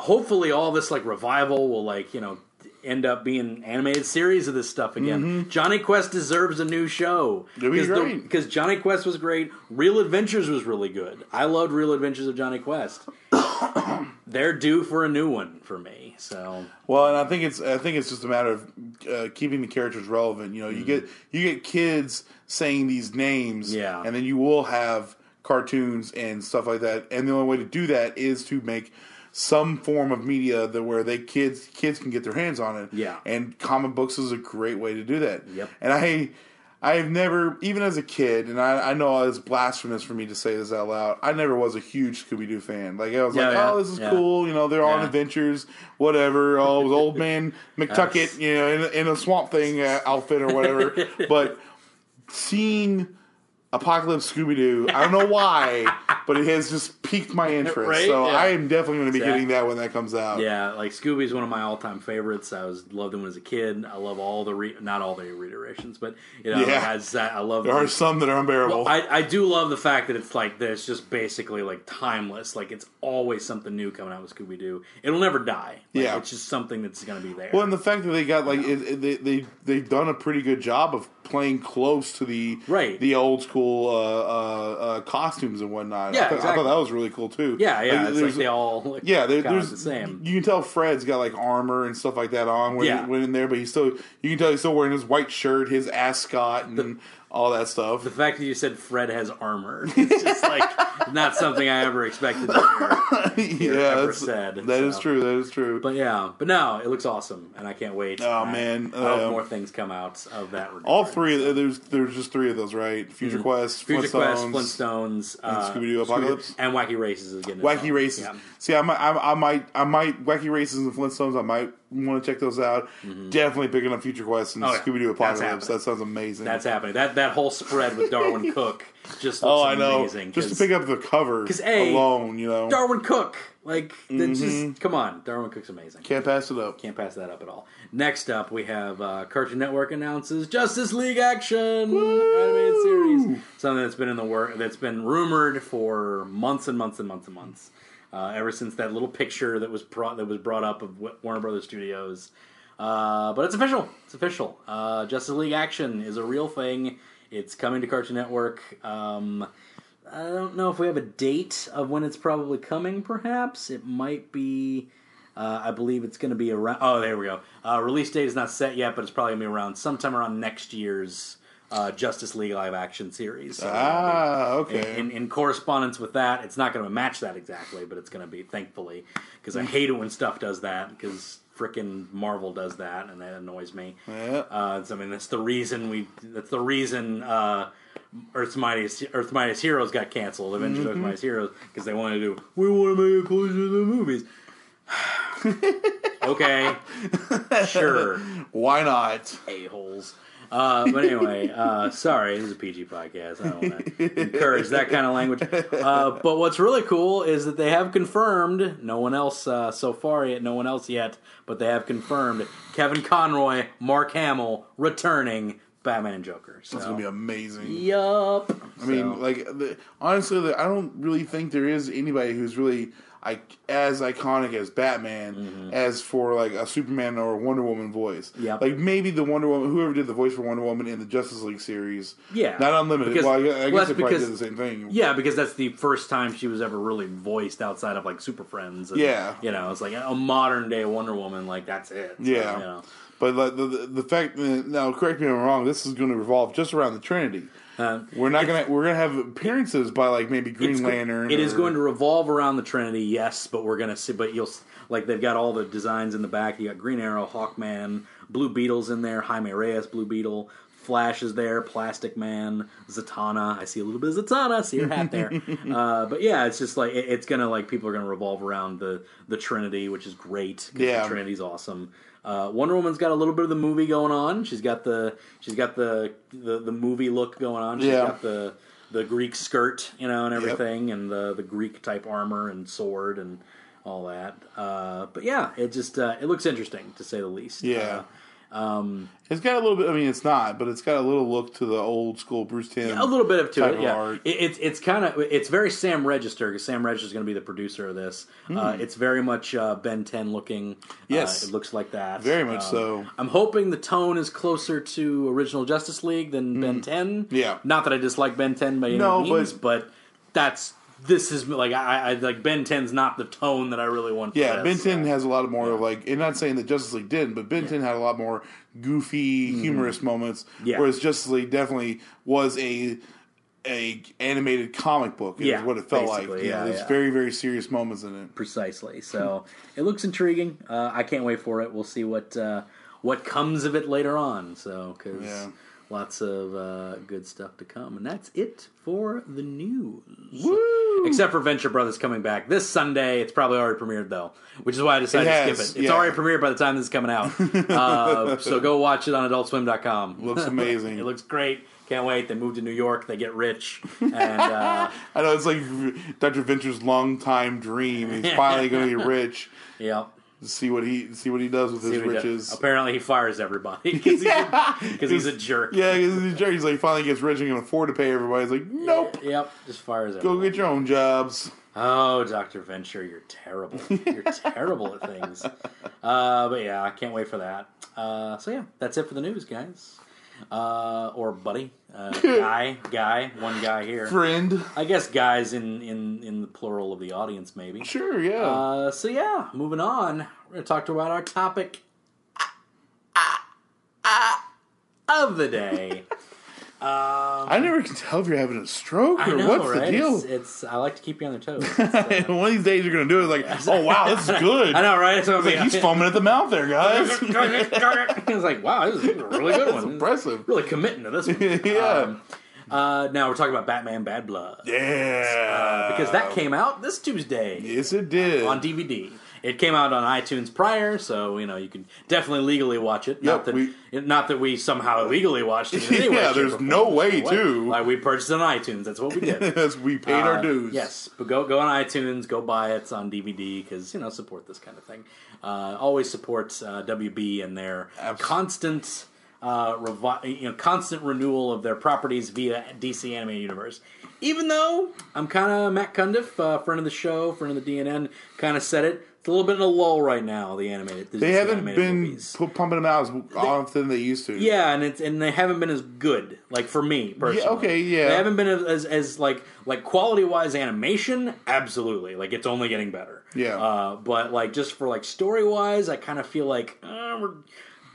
hopefully all this like revival will like you know end up being animated series of this stuff again. Johnny Quest deserves a new show It'd Mm-hmm. be great. because Johnny Quest was great. Real Adventures was really good. I loved Real Adventures of Johnny Quest. They're due for a new one for me. So Well, and I think it's I think it's just a matter of uh, keeping the characters relevant. You know, you get you get kids saying these names, Mm-hmm. Yeah. and then you will have cartoons and stuff like that. And the only way to do that is to make some form of media that where they kids kids can get their hands on it. Yeah. and comic books is a great way to do that. Yep. and I. I have never, even as a kid, and I, I know it's blasphemous for me to say this out loud. I never was a huge Scooby Doo fan. Like I was Yeah, like, yeah, oh, this is yeah. cool. You know, they're on Yeah. adventures, whatever. Oh, it was old man McTucket, you know, in, a- in a Swamp Thing uh, outfit or whatever. but seeing Apocalypse Scooby Doo, I don't know why, but it has just piqued my interest. Right? So Yeah. I am definitely going to be Exactly. getting that when that comes out. Yeah, like Scooby's one of my all-time favorites. I was loved him as a kid. I love all the re- not all the reiterations, but you know, Yeah. like, I, just- I love. There are some that are unbearable. well, I, I do love the fact that it's like this, just basically like timeless. Like it's always something new coming out with Scooby Doo. It'll never die. Like, Yeah. it's just something that's going to be there. Well, and the fact that they got like it, it- they they they've done a pretty good job of playing close to the Right. the old school uh, uh, uh, costumes and whatnot. Yeah, I, thought, I exactly. thought that was really cool too. yeah, yeah. Like, it's like there's- they all like, yeah, there, kinda there's the same. You can tell Fred's got like armor and stuff like that on when, Yeah. when in there, but he's still you can tell he's still wearing his white shirt, his ascot, and all that stuff. The fact that you said Fred has armor, it's just like not something I ever expected to hear. yeah, ever that's, said, that is so. true. That is true. But yeah, but no, it looks awesome, and I can't wait. Oh, And I- man, I hope um, more things come out of that. Regard. all three of the- there's there's just three of those, right? Future Quest, Mm-hmm. Future Quest, Flintstones, Flintstones, uh, Scooby-Doo Apocalypse? and Wacky Races is getting its Wacky own. Races. Yeah. See, I might, I, I might, I might Wacky Races and Flintstones. I might want to check those out. Definitely picking up Future Quest and Mm-hmm. Oh, yeah. Scooby Doo That's happening. Apocalypse. That sounds amazing. That's happening. That that whole spread with Darwin Cook just looks oh, I know. amazing. Just to pick up the cover 'cause A, alone, you know, Darwin Cook, like that's Mm-hmm. just come on, Darwin Cook's amazing. Can't, can't pass it up. pass that up at all. Next up, we have uh, Cartoon Network announces Justice League action animated series, something that's been in the work that's been rumored for months and months and months and months. Uh, ever since that little picture that was brought that was brought up of Wa- Warner Brothers Studios, Uh, but it's official. It's official. Uh, Justice League Action is a real thing. It's coming to Cartoon Network. Um, I don't know if we have a date of when it's probably coming. Perhaps it might be. Uh, I believe it's going to be around. Oh, there we go. Uh, release date is not set yet, but it's probably going to be around sometime around next year's uh, Justice League live action series. So Ah, okay. in, in correspondence with that, it's not going to match that exactly, but it's going to be thankfully because I hate it when stuff does that because frickin' Marvel does that and that annoys me. Yeah. Uh, it's, I mean, that's the reason we. That's the reason uh, Earth's Mightiest Earth's Mightiest Heroes got canceled. Avengers Earth's Mightiest Heroes because they wanted to. do, We want to make it closer to the movies. okay, sure, Why not? a holes. Uh, but anyway, uh, sorry, this is a PG podcast. I don't want to encourage that kind of language. Uh, but what's really cool is that they have confirmed no one else uh, so far yet, no one else yet, but they have confirmed Kevin Conroy, Mark Hamill returning Batman and Joker. So, It's gonna be amazing. yup. I mean, like the, honestly, the, I don't really think there is anybody who's really I, as iconic as Batman as for like a Superman or a Wonder Woman voice. Mm-hmm. Yep. like maybe the Wonder Woman, whoever did the voice for Wonder Woman in the Justice League series. Yeah. not unlimited. Because- well, I, gu- I well, guess that's they probably because- did the same thing. Yeah, because that's the first time she was ever really voiced outside of like Super Friends. And, Yeah. you know, it's like a modern day Wonder Woman. Like that's it. So, Yeah. you know. But like the, the the fact that- now, correct me if I'm wrong. This is going to revolve just around the Trinity. Um, We're not gonna we're gonna have appearances by like maybe Green It's go- Lantern. It is or- going to revolve around the Trinity, yes, but we're gonna see. But you'll s- like they've got all the designs in the back. You got Green Arrow, Hawkman, Blue Beetle's in there. Jaime Reyes, Blue Beetle, Flash is there. Plastic Man, Zatanna. I see a little bit of Zatanna. I see your hat there. uh, but yeah, it's just like it, it's gonna like people are gonna revolve around the the Trinity, which is great. 'cause Yeah. the Trinity's awesome. Uh, Wonder Woman's got a little bit of the movie going on. She's got the she's got the the, the movie look going on. She's Yeah. got the the Greek skirt, you know, and everything, and the the Greek type armor and sword and all that. Uh, but yeah, it just uh, it looks interesting to say the least. Uh, Yeah. um, it's got a little bit. I mean, it's not, but it's got a little look to the old school Bruce Timm. Uh, a little bit of to Type it. of Yeah, art. it, it's it's kind of it's very Sam Register because Sam Register is going to be the producer of this. Uh, it's very much uh, Ben Ten looking. Hmm. Yes. uh, it looks like that. Um, Very much so. I'm hoping the tone is closer to original Justice League than Ben Ten. Hmm. Yeah. not that I dislike Ben Ten by any No, means, but- but, that's. This is like I, I like Ben 10's not the tone that I really want. for Yeah, this. Benton has a lot more of like, and not saying that Justice League didn't, but Benton had a lot more goofy, humorous moments. Mm-hmm. Yeah. Whereas Justice League definitely was a a animated comic book. Is Yeah, what it felt like. basically, You know, yeah, there's yeah. very very serious moments in it. precisely. So it looks intriguing. Uh, I can't wait for it. We'll see what uh, what comes of it later on. So because Yeah. lots of uh, good stuff to come, and that's it for the news. Except for Venture Brothers coming back this Sunday. It's probably already premiered though, which is why I decided It to has, skip it. It's yeah. already premiered by the time this is coming out. uh, so go watch it on AdultSwim.com. Looks amazing. it looks great. Can't wait. They move to New York. They get rich, and uh, I know it's like Dr. Venture's long time dream. He's finally going to get rich. yeah. See what he see what he does with his See what he does. riches. Apparently, he fires everybody because he's, a jerk. Yeah, 'cause he's a jerk. He's like finally gets rich and can afford to pay everybody. He's like, nope, Yep, just fires go everybody. get your own jobs. Oh, Doctor Venture, you're terrible. You're terrible at things. Uh, but yeah, I can't wait for that. Uh, so yeah, that's it for the news, guys. Uh, or buddy, uh, guy, guy, one guy here. Friend, I guess guys in in in the plural of the audience, maybe. sure, yeah. Uh, so yeah, moving on. We're gonna talk about our topic Ah, of the day. I never can tell if you're having a stroke or I know, what's right? the deal. It's, it's I like to keep you on their toes. It's, And uh, one of these days you're gonna do it. It's like, oh wow, this is good. I know, right? So I'm Like, he's foaming at the mouth there, guys. it's like, wow, this is a really good one. Impressive. Really committing to this one. yeah. Uh, now we're talking about Batman Bad Blood yeah. because that came out this Tuesday Yes, it did. on DVD. It came out on iTunes prior, so you know you can definitely legally watch it. not Yep, that we- not that we somehow legally watched it. in any way, Yeah, shape, there's or no form. way There's to. Like we purchased it on iTunes. That's what we did. Yes, we paid our Uh, dues. Yes, but go go on iTunes, go buy it. It's on DVD because you know support this kind of thing. Uh, always supports uh, WB and their constant. Uh, revi- you know, constant renewal of their properties via DC Anime Universe. Even though I'm kind of Matt Cundiff, uh, friend of the show, friend of the DNN, kind of said it. It's a little bit in a lull right now. The animated, the They DC haven't animated been movies. pu- pumping them out as often they used to. Yeah, and it's and they haven't been as good. Like for me personally, okay, yeah. they haven't been as as, as like like quality wise animation. Absolutely, like it's only getting better. Yeah. uh, but like just for like story wise, I kind of feel like uh, we're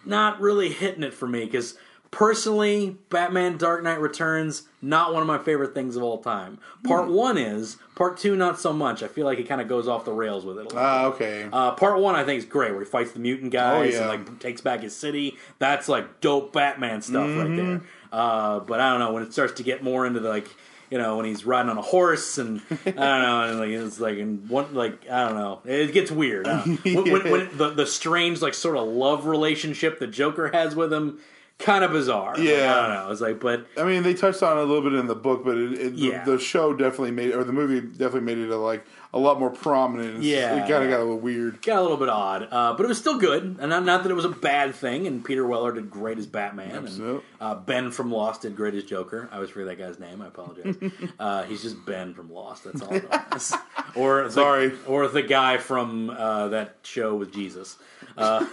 not really hitting it for me because personally, Batman Dark Knight Returns not one of my favorite things of all time. Part Hmm. one is part two, not so much. I feel like it kind of goes off the rails with it. A little Ah, okay. uh, part one, I think, is great, where he fights the mutant guys Oh, yeah. and like takes back his city. That's like dope Batman stuff Mm-hmm. right there. Uh, but I don't know when it starts to get more into the, like, you know, when he's riding on a horse and I don't know, and like it's like and one like I don't know, it gets weird. I don't know. When, when, when the the strange like sort of love relationship the Joker has with him, kind of bizarre. Like, I Yeah. don't know. It's like, but I mean, they touched on it a little bit in the book, but it, it, Yeah. the, the show definitely made, or the movie definitely made it a, like a lot more prominent. It's- Yeah, it kind yeah. of got a little weird. got a little bit odd, uh, but it was still good. And not, not that it was a bad thing. And Peter Weller did great as Batman. And, Absolute. uh, ben from Lost did great as Joker. I always forget that guy's name. I apologize. uh, he's just Ben from Lost. That's all. I know. or the, Sorry. Or the guy from uh, that show with Jesus, uh,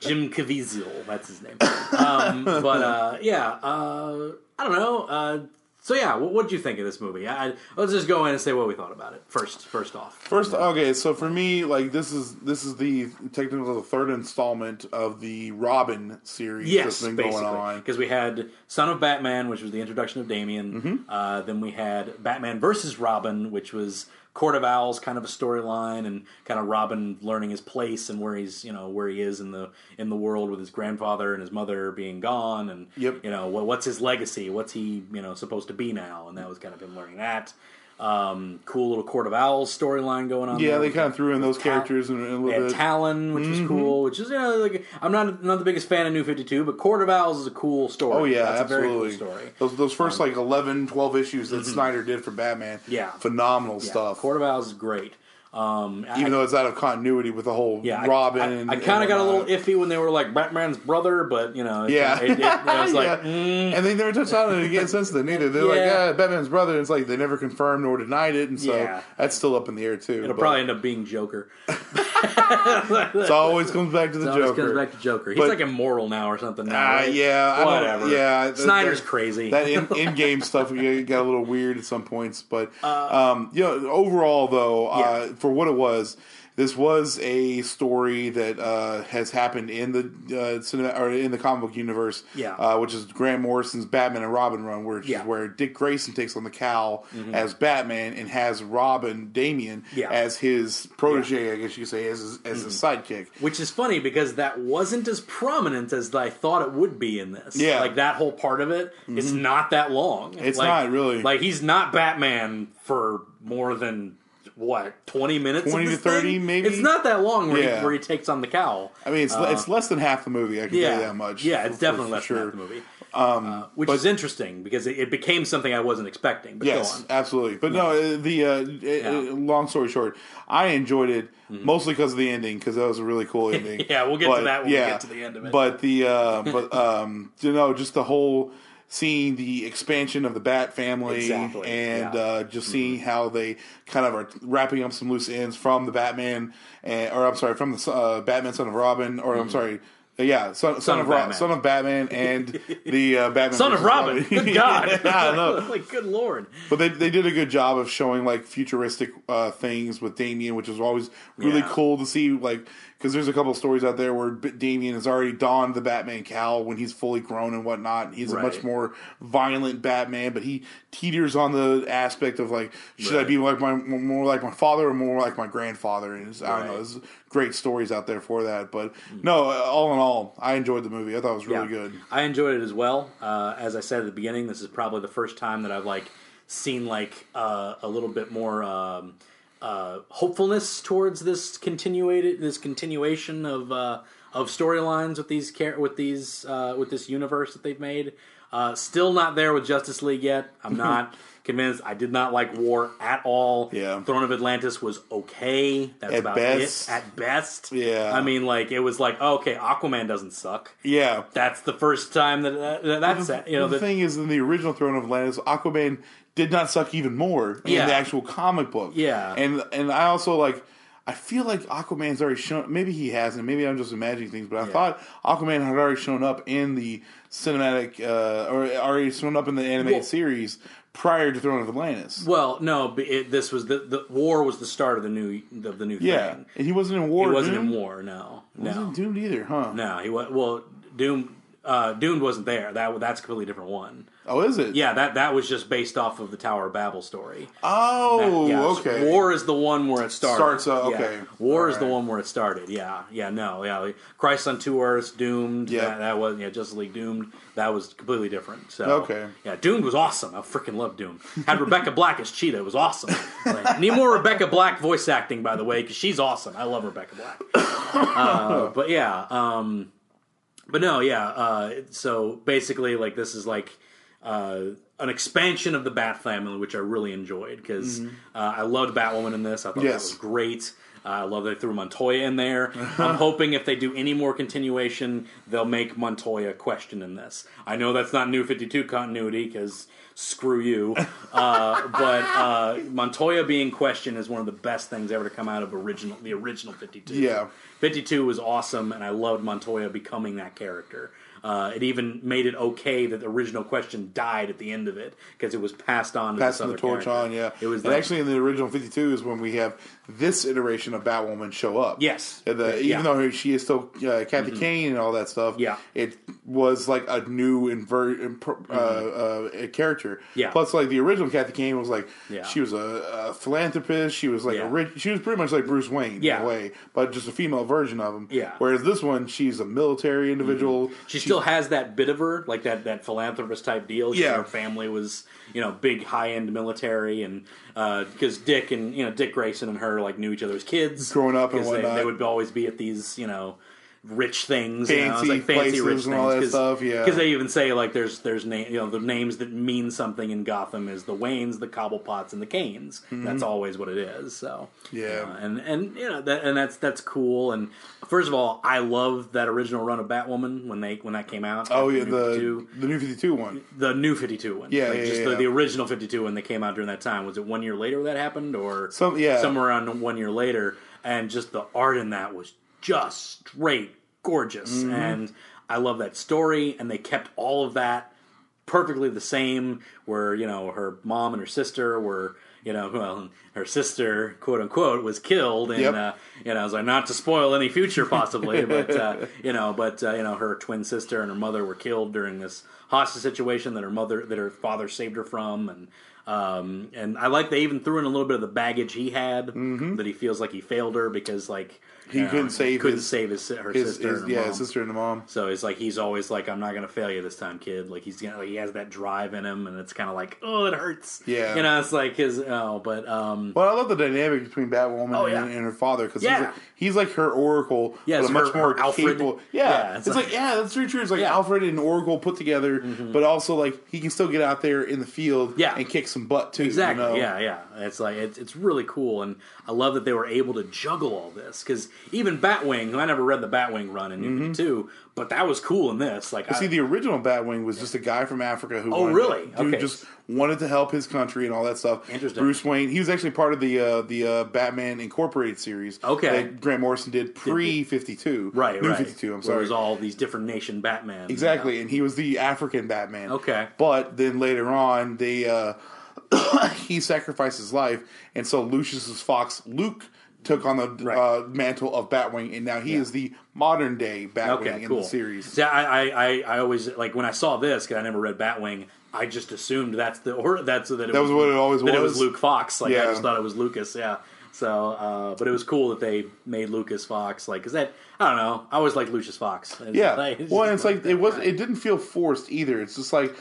Jim Caviezel. That's his name. Um, but uh, yeah, uh, I don't know. Uh, so yeah, what what did you think of this movie? I, I- let's just go in and say what we thought about it first. First off, First, okay, so for me, like this is this is the technically the third installment of the Robin series Yes, that's been basically. going on. Because we had Son of Batman, which was the introduction of Damien. Mm-hmm. Uh, then we had Batman versus Robin, which was Court of Owls, kind of a storyline, and kind of Robin learning his place and where he's, you know, where he is in the in the world with his grandfather and his mother being gone, and Yep. you know, what, what's his legacy? What's he, you know, supposed to be now? And that was kind of him learning that. Um, cool little Court of Owls storyline going on. Yeah, there. they kind of threw in those characters in, in a They little had bit. Talon, which Mm-hmm. was cool. Which is, you know, like I'm not not the biggest fan of New Fifty Two, but Court of Owls is a cool story. Oh yeah, That's absolutely. A very cool story. Um, mm-hmm. Those those first like 11, 12 issues that Snyder did for Batman, Yeah. phenomenal Yeah, stuff. Court of Owls is great. Um, I- Even though it's out of continuity with the whole yeah, I- Robin. I, and- I, kind of and got a little whatnot. iffy when they were like Batman's brother, but you know, it- Yeah, it, it, I was like, mm, Yeah. and they never touched on it again since then either. They're like, Yeah. yeah, Batman's brother. And it's like they never confirmed nor denied it, and so Yeah. that's still up in the air too. it'll but probably end up being Joker. it's always comes back to the It always Joker. comes back to Joker. He's But- like immortal now or something. Now, Ah, right? yeah, I don't- whatever. yeah, that- Snyder's that- crazy. that in, in-game stuff got got a little weird at some points, but um, you know, overall though, uh, for what it was, this was a story that uh, has happened in the uh, cinema or in the comic book universe. Yeah. uh, which is Grant Morrison's Batman and Robin run, where Yeah. Mm-hmm. where Dick Grayson takes on the cowl as Batman and has Robin Damien Yeah. as his protege, I guess you could say, as his, as his Mm-hmm. sidekick. Which is funny because that wasn't as prominent as I thought it would be in this. Yeah. Mm-hmm. like that whole part of it. It's not that long. It's Like- not, really. Like he's not Batman for more than what twenty minutes. 20 of to this thing? 30 maybe? It's not that long where, Yeah. he, where he takes on the cowl. I mean, it's le- it's less than half the movie. I can Uh, yeah, tell you that much. Yeah, for- Um, it's for- definitely for less than half the movie. Uh, which is interesting because it, it became something I wasn't expecting. But Yes, go on. absolutely. But no, uh, the uh, uh, uh, long story short, I enjoyed it mostly because of the ending because that was a really cool ending. Mm-hmm. Yeah, we'll get to that when we get to the end of it. But the uh, but um, you know, just the whole seeing the expansion of the Bat family Exactly, and yeah. Mm-hmm. uh, just seeing how they kind of are wrapping up some loose ends from the Batman and or I'm sorry from the uh, Batman Son of Robin or I'm sorry. uh, Yeah, son, Mm-hmm. Son son, of, of Ro- Batman. son of Batman and the uh, Batman Son of versus Robin. Good God! yeah, I know. like good lord. But they they did a good job of showing like futuristic uh, things with Damien, which is always really Yeah. cool to see. Like because there's a couple stories out there where B- Damien has already donned the Batman cowl when he's fully grown and whatnot. He's Right. a much more violent Batman, but he teeters on the aspect of like, should I Right. be like my more like my father or more like my grandfather? And it's, I don't know. Right. Mm. There's great stories out there for that. But no, uh, all in all, I enjoyed the movie. I thought it was really Yeah. good. I enjoyed it as well. Uh, as I said at the beginning, this is probably the first time that I've like seen like uh, a little bit more um, uh, hopefulness towards this continuated this continuation of uh, of storylines with these char- with these uh, with this universe that they've made. Uh, still not there with Justice League yet. I'm not convinced. I did not like War at all. Yeah. Throne of Atlantis was okay. That's At about best. it. At best. Yeah. I mean, like it was like oh, okay, Aquaman doesn't suck Yeah. that's the first time that, that, that that's that, you know the that, thing is, in the original Throne of Atlantis, Aquaman did not suck even more Yeah. in the actual comic book. Yeah. and and I also like. I feel like Aquaman's already shown. Maybe he hasn't. Maybe I'm just imagining things. But I thought Aquaman had already shown up in the cinematic, uh, or already shown up in the animated Well- series prior to Throne of Atlantis. well no but it, this was the, the war was the start of the new of the new yeah, thing and he wasn't in he War. wasn't Doom? in war no no Wasn't doomed either, huh? no he was well doomed uh, doomed wasn't there that that's a completely different one Oh, is it? yeah that that was just based off of the tower of babel story Oh, Yeah, so okay. War is the one where it started. Starts, uh, Yeah. okay. War is the Alright. one where it started. Yeah, yeah, no, yeah. like, Christ on Two Earths, Doomed. Yeah. that, that was yeah. Justice League, Doomed. That was completely different. So Okay. yeah, Doomed was awesome. I freaking love Doomed. Had Rebecca Black as Cheetah. It was awesome. Like, need more Rebecca Black voice acting, by the way, because she's awesome. I love Rebecca Black. Uh, but yeah, um, but no, yeah. Uh, so basically, like this is like uh, an expansion of the Bat family, which I really enjoyed because uh, I loved Batwoman in this. I thought Yes. that was great. Uh, I love they threw Montoya in there. I'm hoping if they do any more continuation, they'll make Montoya question in this. I know that's not New 52 continuity because screw you, uh, but uh, Montoya being questioned is one of the best things ever to come out of original the original 52. Yeah. 52 was awesome, and I loved Montoya becoming that character. Uh, it even made it okay that the original question died at the end of it because it was passed on. To this passing the other torch character. on. Yeah, it was And like- actually in the original Fifty Two is when we have this iteration of Batwoman show up. Yes. And the- even Yeah. Mm-hmm. though she is still uh, Kathy Kane and all that stuff. Yeah. it was like a new invert uh, uh, character. Mm-hmm. Yeah. plus like the original Kathy Kane was like Yeah. she was a, a philanthropist. She was like Yeah. a rich. She was pretty much like Bruce Wayne in Yeah. a way, but just a female version of him. Yeah. Mm-hmm. Whereas this one, she's a military individual. she still has that bit of her, like that, that philanthropist type deal. She- Yeah. her family was you know big high end military, and because Dick and you know Dick Grayson and her like knew each other as kids Growing up and 'cause they, whatnot. they would always be at these you know rich things, you know, it's Fancy like fancy places rich and all that things, stuff, yeah. because they even say like there's there's name you know the names that mean something in Gotham is the Waynes, the Cobblepots, and the Canes. That's always what it is. So Mm-hmm. Yeah. uh, and and you know that and that's that's cool. And first of all, I love that original run of Batwoman when they when that came out. Oh yeah, New the 52. the new Fifty Two one. the new Fifty Two one. Yeah, like yeah, just yeah. The, the original Fifty Two one that came out during that time. Was it one year later that happened, or Some- yeah. somewhere around one year later? And just the art in that was just straight gorgeous, Mm-hmm. and I love that story. And they kept all of that perfectly the same where you know her mom and her sister were you know, well, her sister, quote unquote, was killed, and Yep. uh, you know, I was like, not to spoil any future possibly, but uh, you know, but uh, you know, her twin sister and her mother were killed during this hostage situation that her mother, that her father saved her from, and um, and I like they even threw in a little bit of the baggage he had that he feels like he failed her because like Mm-hmm. He couldn't save couldn't his- save his si- her His, sister, his- and her yeah, mom. his sister and the mom. So it's like he's always like, I'm not gonna fail you this time, kid. Like he's gonna, like, he has that drive in him, and it's kind of like, oh, it hurts. Yeah. you know, it's like his oh, but um, Well, I love the dynamic between Batwoman Oh, yeah. and, and her father because Yeah. he's, like, he's like her Oracle, Yeah, but it's a much her- more her Alfred. capable. Yeah, Yeah, it's, like, yeah, that's very true. It's like Yeah. Mm-hmm. Alfred and Oracle put together, but also like he can still get out there in the field, Yeah. and kick some butt too. Exactly. You know? Yeah, yeah. It's like it's, it's really cool, and I love that they were able to juggle all this because even Batwing, who I never read the Batwing run in New 52, but that was cool in this. Like, I, Mm-hmm. See, the original Batwing was just a guy from Africa who Oh, wanted really? to, who Okay. just wanted to help his country and all that stuff. Interesting. Bruce Wayne. He was actually part of the uh, the uh, Batman Incorporated series. Okay. That Grant Morrison did pre fifty two. right, New right. fifty two. Where I'm it sorry. was all these different nation Batman. Exactly, Yeah. and he was the African Batman. Okay. but then later on, they uh, he sacrificed his life, and so Lucius's fox Luke took on the uh, mantle of Batwing, and now he is the modern day Batwing Okay, in cool. the series. See, I, I, I, I always like when I saw this because I never read Batwing. I just assumed that's the or that's that it That was what it always that it was was. Luke Fox. Like I Yeah. just thought it was Lucas. Yeah. So, uh, but it was cool that they made Lucas Fox. Like, is that I don't know. I always liked Lucius Fox. It's Yeah, like- it's well, just and it's like it was. It didn't feel forced either. It's just like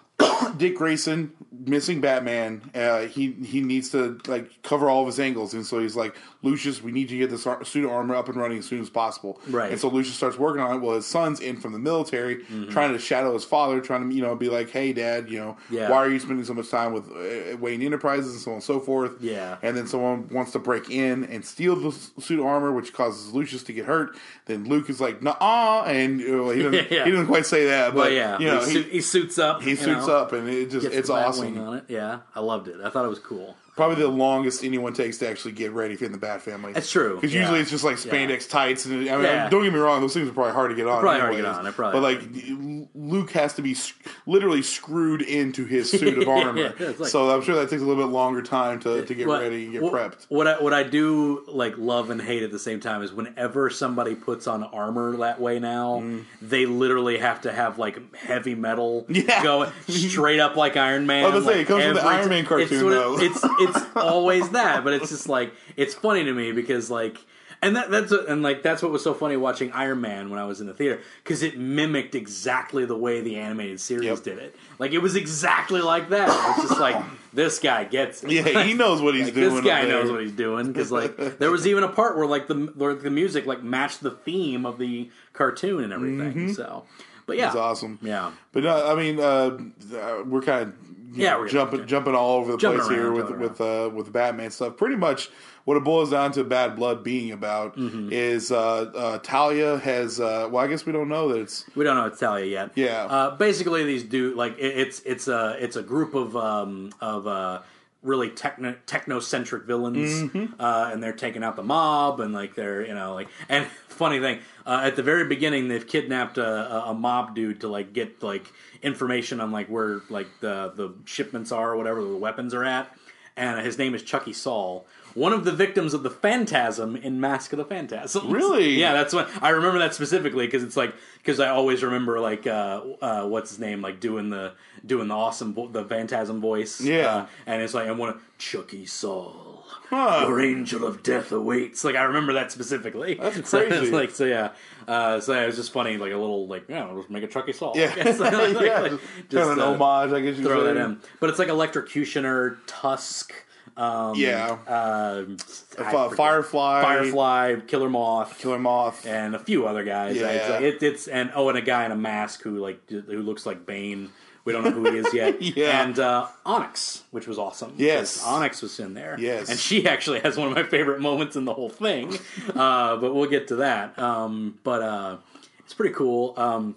Dick Grayson missing Batman. Uh, he he needs to like cover all of his angles, and so he's like Lucius, we need you to get this ar- suit of armor up and running as soon as possible. Right. Mm-hmm. And so Lucius starts working on it. Well, his son's in from the military, trying to shadow his father, trying to you know be like, hey, dad, you know, Yeah. why are you spending so much time with uh, Wayne Enterprises and so on and so forth? Yeah. And then someone wants to break in and steal the s- suit of armor, which causes Lucius to get hurt. Then Luke is like, nah, and you know, he doesn't, Yeah. he doesn't quite say that, but Well, yeah, you know, he, he, suit- he suits up. he you suits know, up and it just gets it's the Batwing awesome. on it. Yeah, I loved it. I thought it was cool. Probably the longest anyone takes to actually get ready for in the Bat Family. That's true. Because Yeah. usually it's just like spandex tights, and I mean, Yeah. don't get me wrong; those things are probably hard to get on. Probably hard to get anyways. on, they're probably- but like Luke has to be s- literally screwed into his suit of armor, Yeah, it's like- so I'm sure that takes a little bit longer time to, to get What- ready and get what- prepped. What I what I do like love and hate at the same time is whenever somebody puts on armor that way now, Mm. they literally have to have like heavy metal Yeah. going straight up like Iron Man. was gonna say, like, it comes from the every Iron ti- Man it's cartoon, what it- though. It's it's always that, but it's just like it's funny to me because like. And that, that's what- and like that's what was so funny watching Iron Man when I was in the theater because it mimicked exactly the way the animated series Yep. did it. Like it was exactly like that. It was just like this guy gets it. Yeah, he knows what he's Like, doing. This guy knows what he's doing because like there was even a part where like the where the music like matched the theme of the cartoon and everything. So, but yeah, It's Mm-hmm. awesome. Yeah, But no, I mean, uh, uh, we're kind of Yeah, we're jumping jumping- jumping all over the Jumping place around, here with jumping with uh, with Batman stuff. Pretty much what it boils down to Bad Blood being about Mm-hmm. is uh, uh, Talia has. Uh, well, I guess we don't know that it's we don't know what to tell you yet. Yeah. uh, basically these do like it, it's it's a it's a group of um of uh really techno technocentric villains Mm-hmm. uh, and they're taking out the mob and like they're you know like and funny thing uh, at the very beginning they've kidnapped a, a- a mob dude to like get like information on like where like the the shipments are or whatever the weapons are at and his name is Chucky Saul one of the victims of the phantasm in Mask of the Phantasm Really? yeah that's when I remember that specifically because it's like because I always remember like uh, uh, what's his name like doing the doing the awesome vo- the phantasm voice Yeah. uh, and it's like I want to Chucky Saul your angel of death awaits like I remember that specifically that's so, crazy. it's like so yeah uh, so it was just funny like a little like yeah we'll just make a Chucky Saul yeah, So, like, like, yeah, like, just, just, kind of uh, an homage. I guess you throw could that say. in but it's like electrocutioner tusk um, Yeah, uh, I Fi- forget. Firefly, Firefly Killer Moth Killer Moth. and a few other guys. Yeah. It's, like- it- it's and oh, and a guy in a mask who like d- who looks like Bane. We don't know who he is yet. Yeah. And uh, Onyx, which was awesome. Yes. 'cause Onyx was in there. Yes. And she actually has one of my favorite moments in the whole thing. uh, but we'll get to that. Um, but uh, it's pretty cool. Um,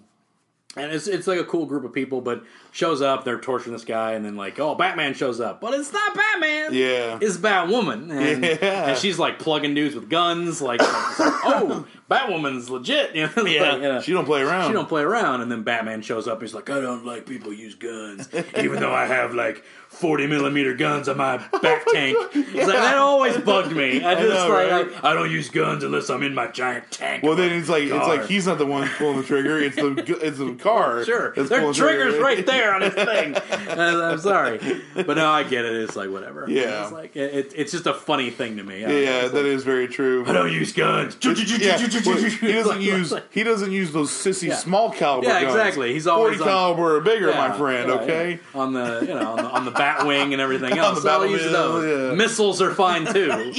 and it's it's like a cool group of people, but shows up, they're torturing this guy, and then like, oh, Batman shows up, but it's not Batman. Yeah. it's Batwoman, and, Yeah. and she's like plugging dudes with guns, like, it's like, oh, Batwoman's legit. You know? Like, Yeah, you know, she don't play around. she don't play around, and then Batman shows up. He's like, I don't like people use guns, even though I have like forty millimeter guns on my Oh back tank. It's like that always bugged me. I just know, like right? I, I don't use guns unless I'm in my giant tank. Well, then it's like it's Car. like he's not the one pulling the trigger. It's the gu- it's the car. Sure, that's their pulling the trigger. trigger's right there on his thing. And I'm sorry, but no, I get it. It's like whatever. Yeah. it's like it, it- it's just a funny thing to me. I- Yeah, that is very true. I don't use guns. Yeah, well, he Like, doesn't use like- he doesn't use those sissy Yeah. small caliber. Yeah, guns. exactly. He's always forty on- caliber or bigger, Yeah, my friend. yeah, okay, yeah. on the you know on the, on the bat wing and everything else. the I'll bat use wing, those. yeah. Missiles are fine too.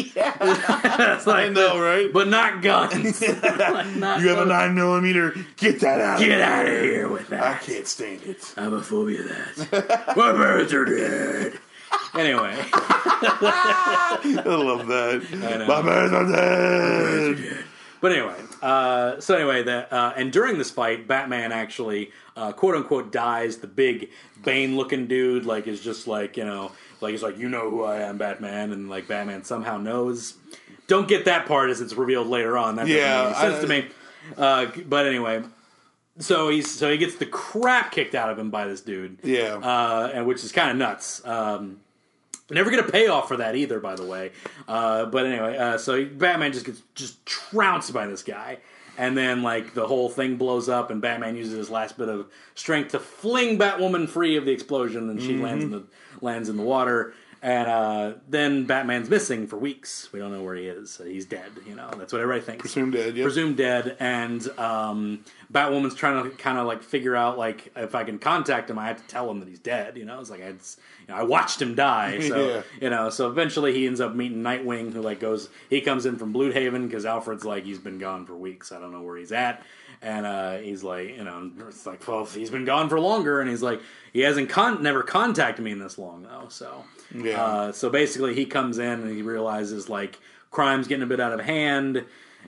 It's like, I know, right? But not guns. Like, not you have a those. nine millimeter. Get that out. Get of out of here with that. I can't stand it. I'm a phobia of that. My parents are dead. Anyway, I love that. know. My parents are dead. but anyway, uh, so anyway, that uh, and during this fight, Batman actually uh, quote unquote dies. The big Bane looking dude, like, is just like you know, like he's like, you know who I am, Batman, and like Batman somehow knows. Don't get that part as it's revealed later on. That doesn't Yeah, make any sense I- to me. Uh, but anyway, so he's so he gets the crap kicked out of him by this dude. Yeah. uh, and which is kind of nuts. Um, never get a payoff for that either, by the way. Uh, but anyway, uh, so Batman just gets just trounced by this guy, and then like the whole thing blows up, and Batman uses his last bit of strength to fling Batwoman free of the explosion, and she lands in the lands in the water. And uh, then Batman's missing for weeks. We don't know where he is. He's dead. You know that's what everybody thinks Presumed dead. Yep. presumed dead, and um, Batwoman's trying to kind of like figure out like if I can contact him, I have to tell him that he's dead. You know, it's like I, it's, you know, I watched him die, so Yeah. you know. So eventually, he ends up meeting Nightwing, who like goes, he comes in from Bluehaven because Alfred's like he's been gone for weeks. I don't know where he's at, and uh, he's like, you know, it's like, well, he's been gone for longer, and he's like, he hasn't con- never contacted me in this long though, so. Yeah. Uh, so basically, he comes in and he realizes like crime's getting a bit out of hand.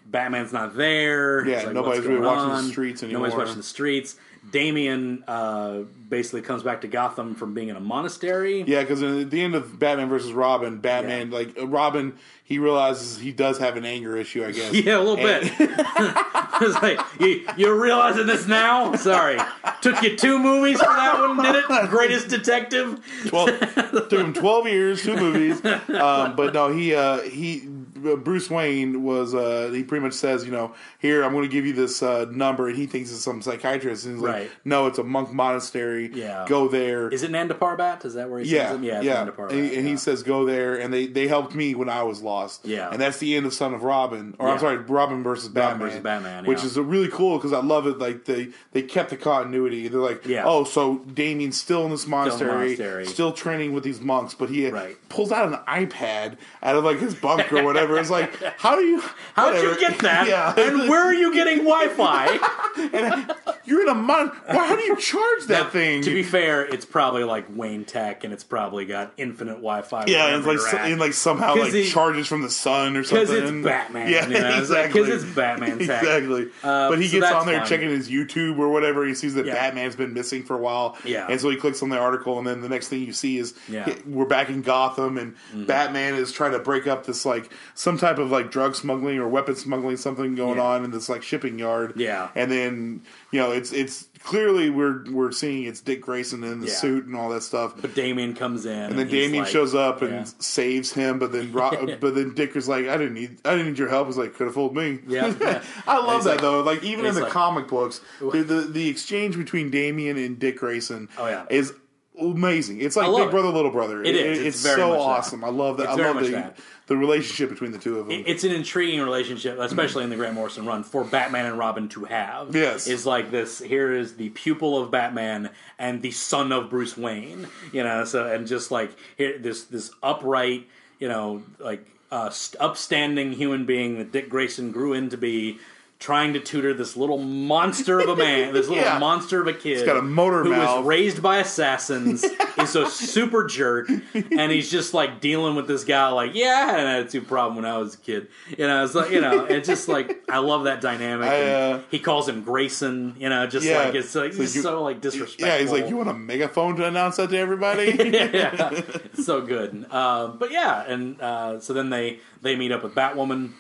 Batman's not there. Yeah, It's like, nobody's what's really going watching the on? streets Nobody's anymore. watching the streets. Damien uh, basically comes back to Gotham from being in a monastery. Yeah, because at the end of Batman versus Robin, Batman like uh, Robin, he realizes he does have an anger issue. I guess. Yeah, a little And- bit. it's like you, you're realizing this now. Sorry, took you two movies for that one, did it? Greatest Detective. Well, took him twelve years, two movies. Um, but no, he uh, he Bruce Wayne was uh, he pretty much says, you know, here I'm going to give you this uh, number, and he thinks it's some psychiatrist, and he's Right. like, no, it's a monk monastery. Yeah. go there. Is it Nanda Parbat? Is that where he yeah, sends him? yeah, it's Nanda Parbat. And, he, and he yeah. says, "Go there," and they, they helped me when I was lost. Yeah. and that's the end of Son of Robin, or Yeah. I'm sorry, Robin versus Batman, versus Batman, which yeah. is a really cool because I love it. Like they they kept the continuity. They're like, Yeah. oh, so Damien's still in this monastery, monastery. still training with these monks, but he Right. pulls out an iPad out of like his bunk or whatever. It's like, how do you? How'd you whatever. get that? yeah, And where are you getting Wi-Fi? you're in a mon. Why, how do you charge that thing? To be fair, it's probably like Wayne Tech, and it's probably got infinite Wi-Fi. Yeah, and it's like so- and like somehow 'Cause like he- charges from the sun or something. because it's Batman. Yeah, you know, it's like, exactly. 'cause it's Batman tech. exactly. Uh, but he so gets that's on there fine. checking his YouTube or whatever. He sees that Yeah. Batman's been missing for a while. Yeah. and so he clicks on the article, and then the next thing you see is Yeah. Mm-hmm. hi- we're back in Gotham, and Batman is trying to break up this like some type of like drug smuggling or weapon smuggling something going Yeah. on in this like shipping yard. Yeah. and then you know it's it's clearly we're we're seeing it's Dick Grayson in the Yeah. suit and all that stuff. But Damien comes in, and, And then he's Damien like- shows up and yeah. saves him, but then Ro- but then Dick is like, "I didn't need, I didn't need your help." He's like, "Could have fooled me." Yeah, yeah. I love that like- though. Like even in he's the like- comic books, the, the the exchange between Damien and Dick Grayson, Oh, yeah. is amazing. It's like love Big it. Brother, Little Brother. It is. It's It's, very so much that. awesome. I love that. It's I very love much the that. the relationship between the two of them. it's an intriguing relationship, especially in the Grant Morrison run, for Batman and Robin to have. Yes. Is like this here is the pupil of Batman and the son of Bruce Wayne. You know, so and just like here this this upright, you know, like uh, st- upstanding human being that Dick Grayson grew into be trying to tutor this little monster of a man, this little Yeah. monster of a kid. He's got a motor who was mouth. raised by assassins. he's a super jerk, and he's just like dealing with this guy. Like, yeah, I had an attitude problem when I was a kid. You know, it's like you know, it's just like I love that dynamic. I, And uh, he calls him Grayson. You know, just Yeah. like it's like It's like he's you- so like disrespectful. yeah, he's like, "You want a megaphone to announce that to everybody?" E-, yeah, Um, so good. Uh, but yeah, and uh, so then they they meet up with Batwoman.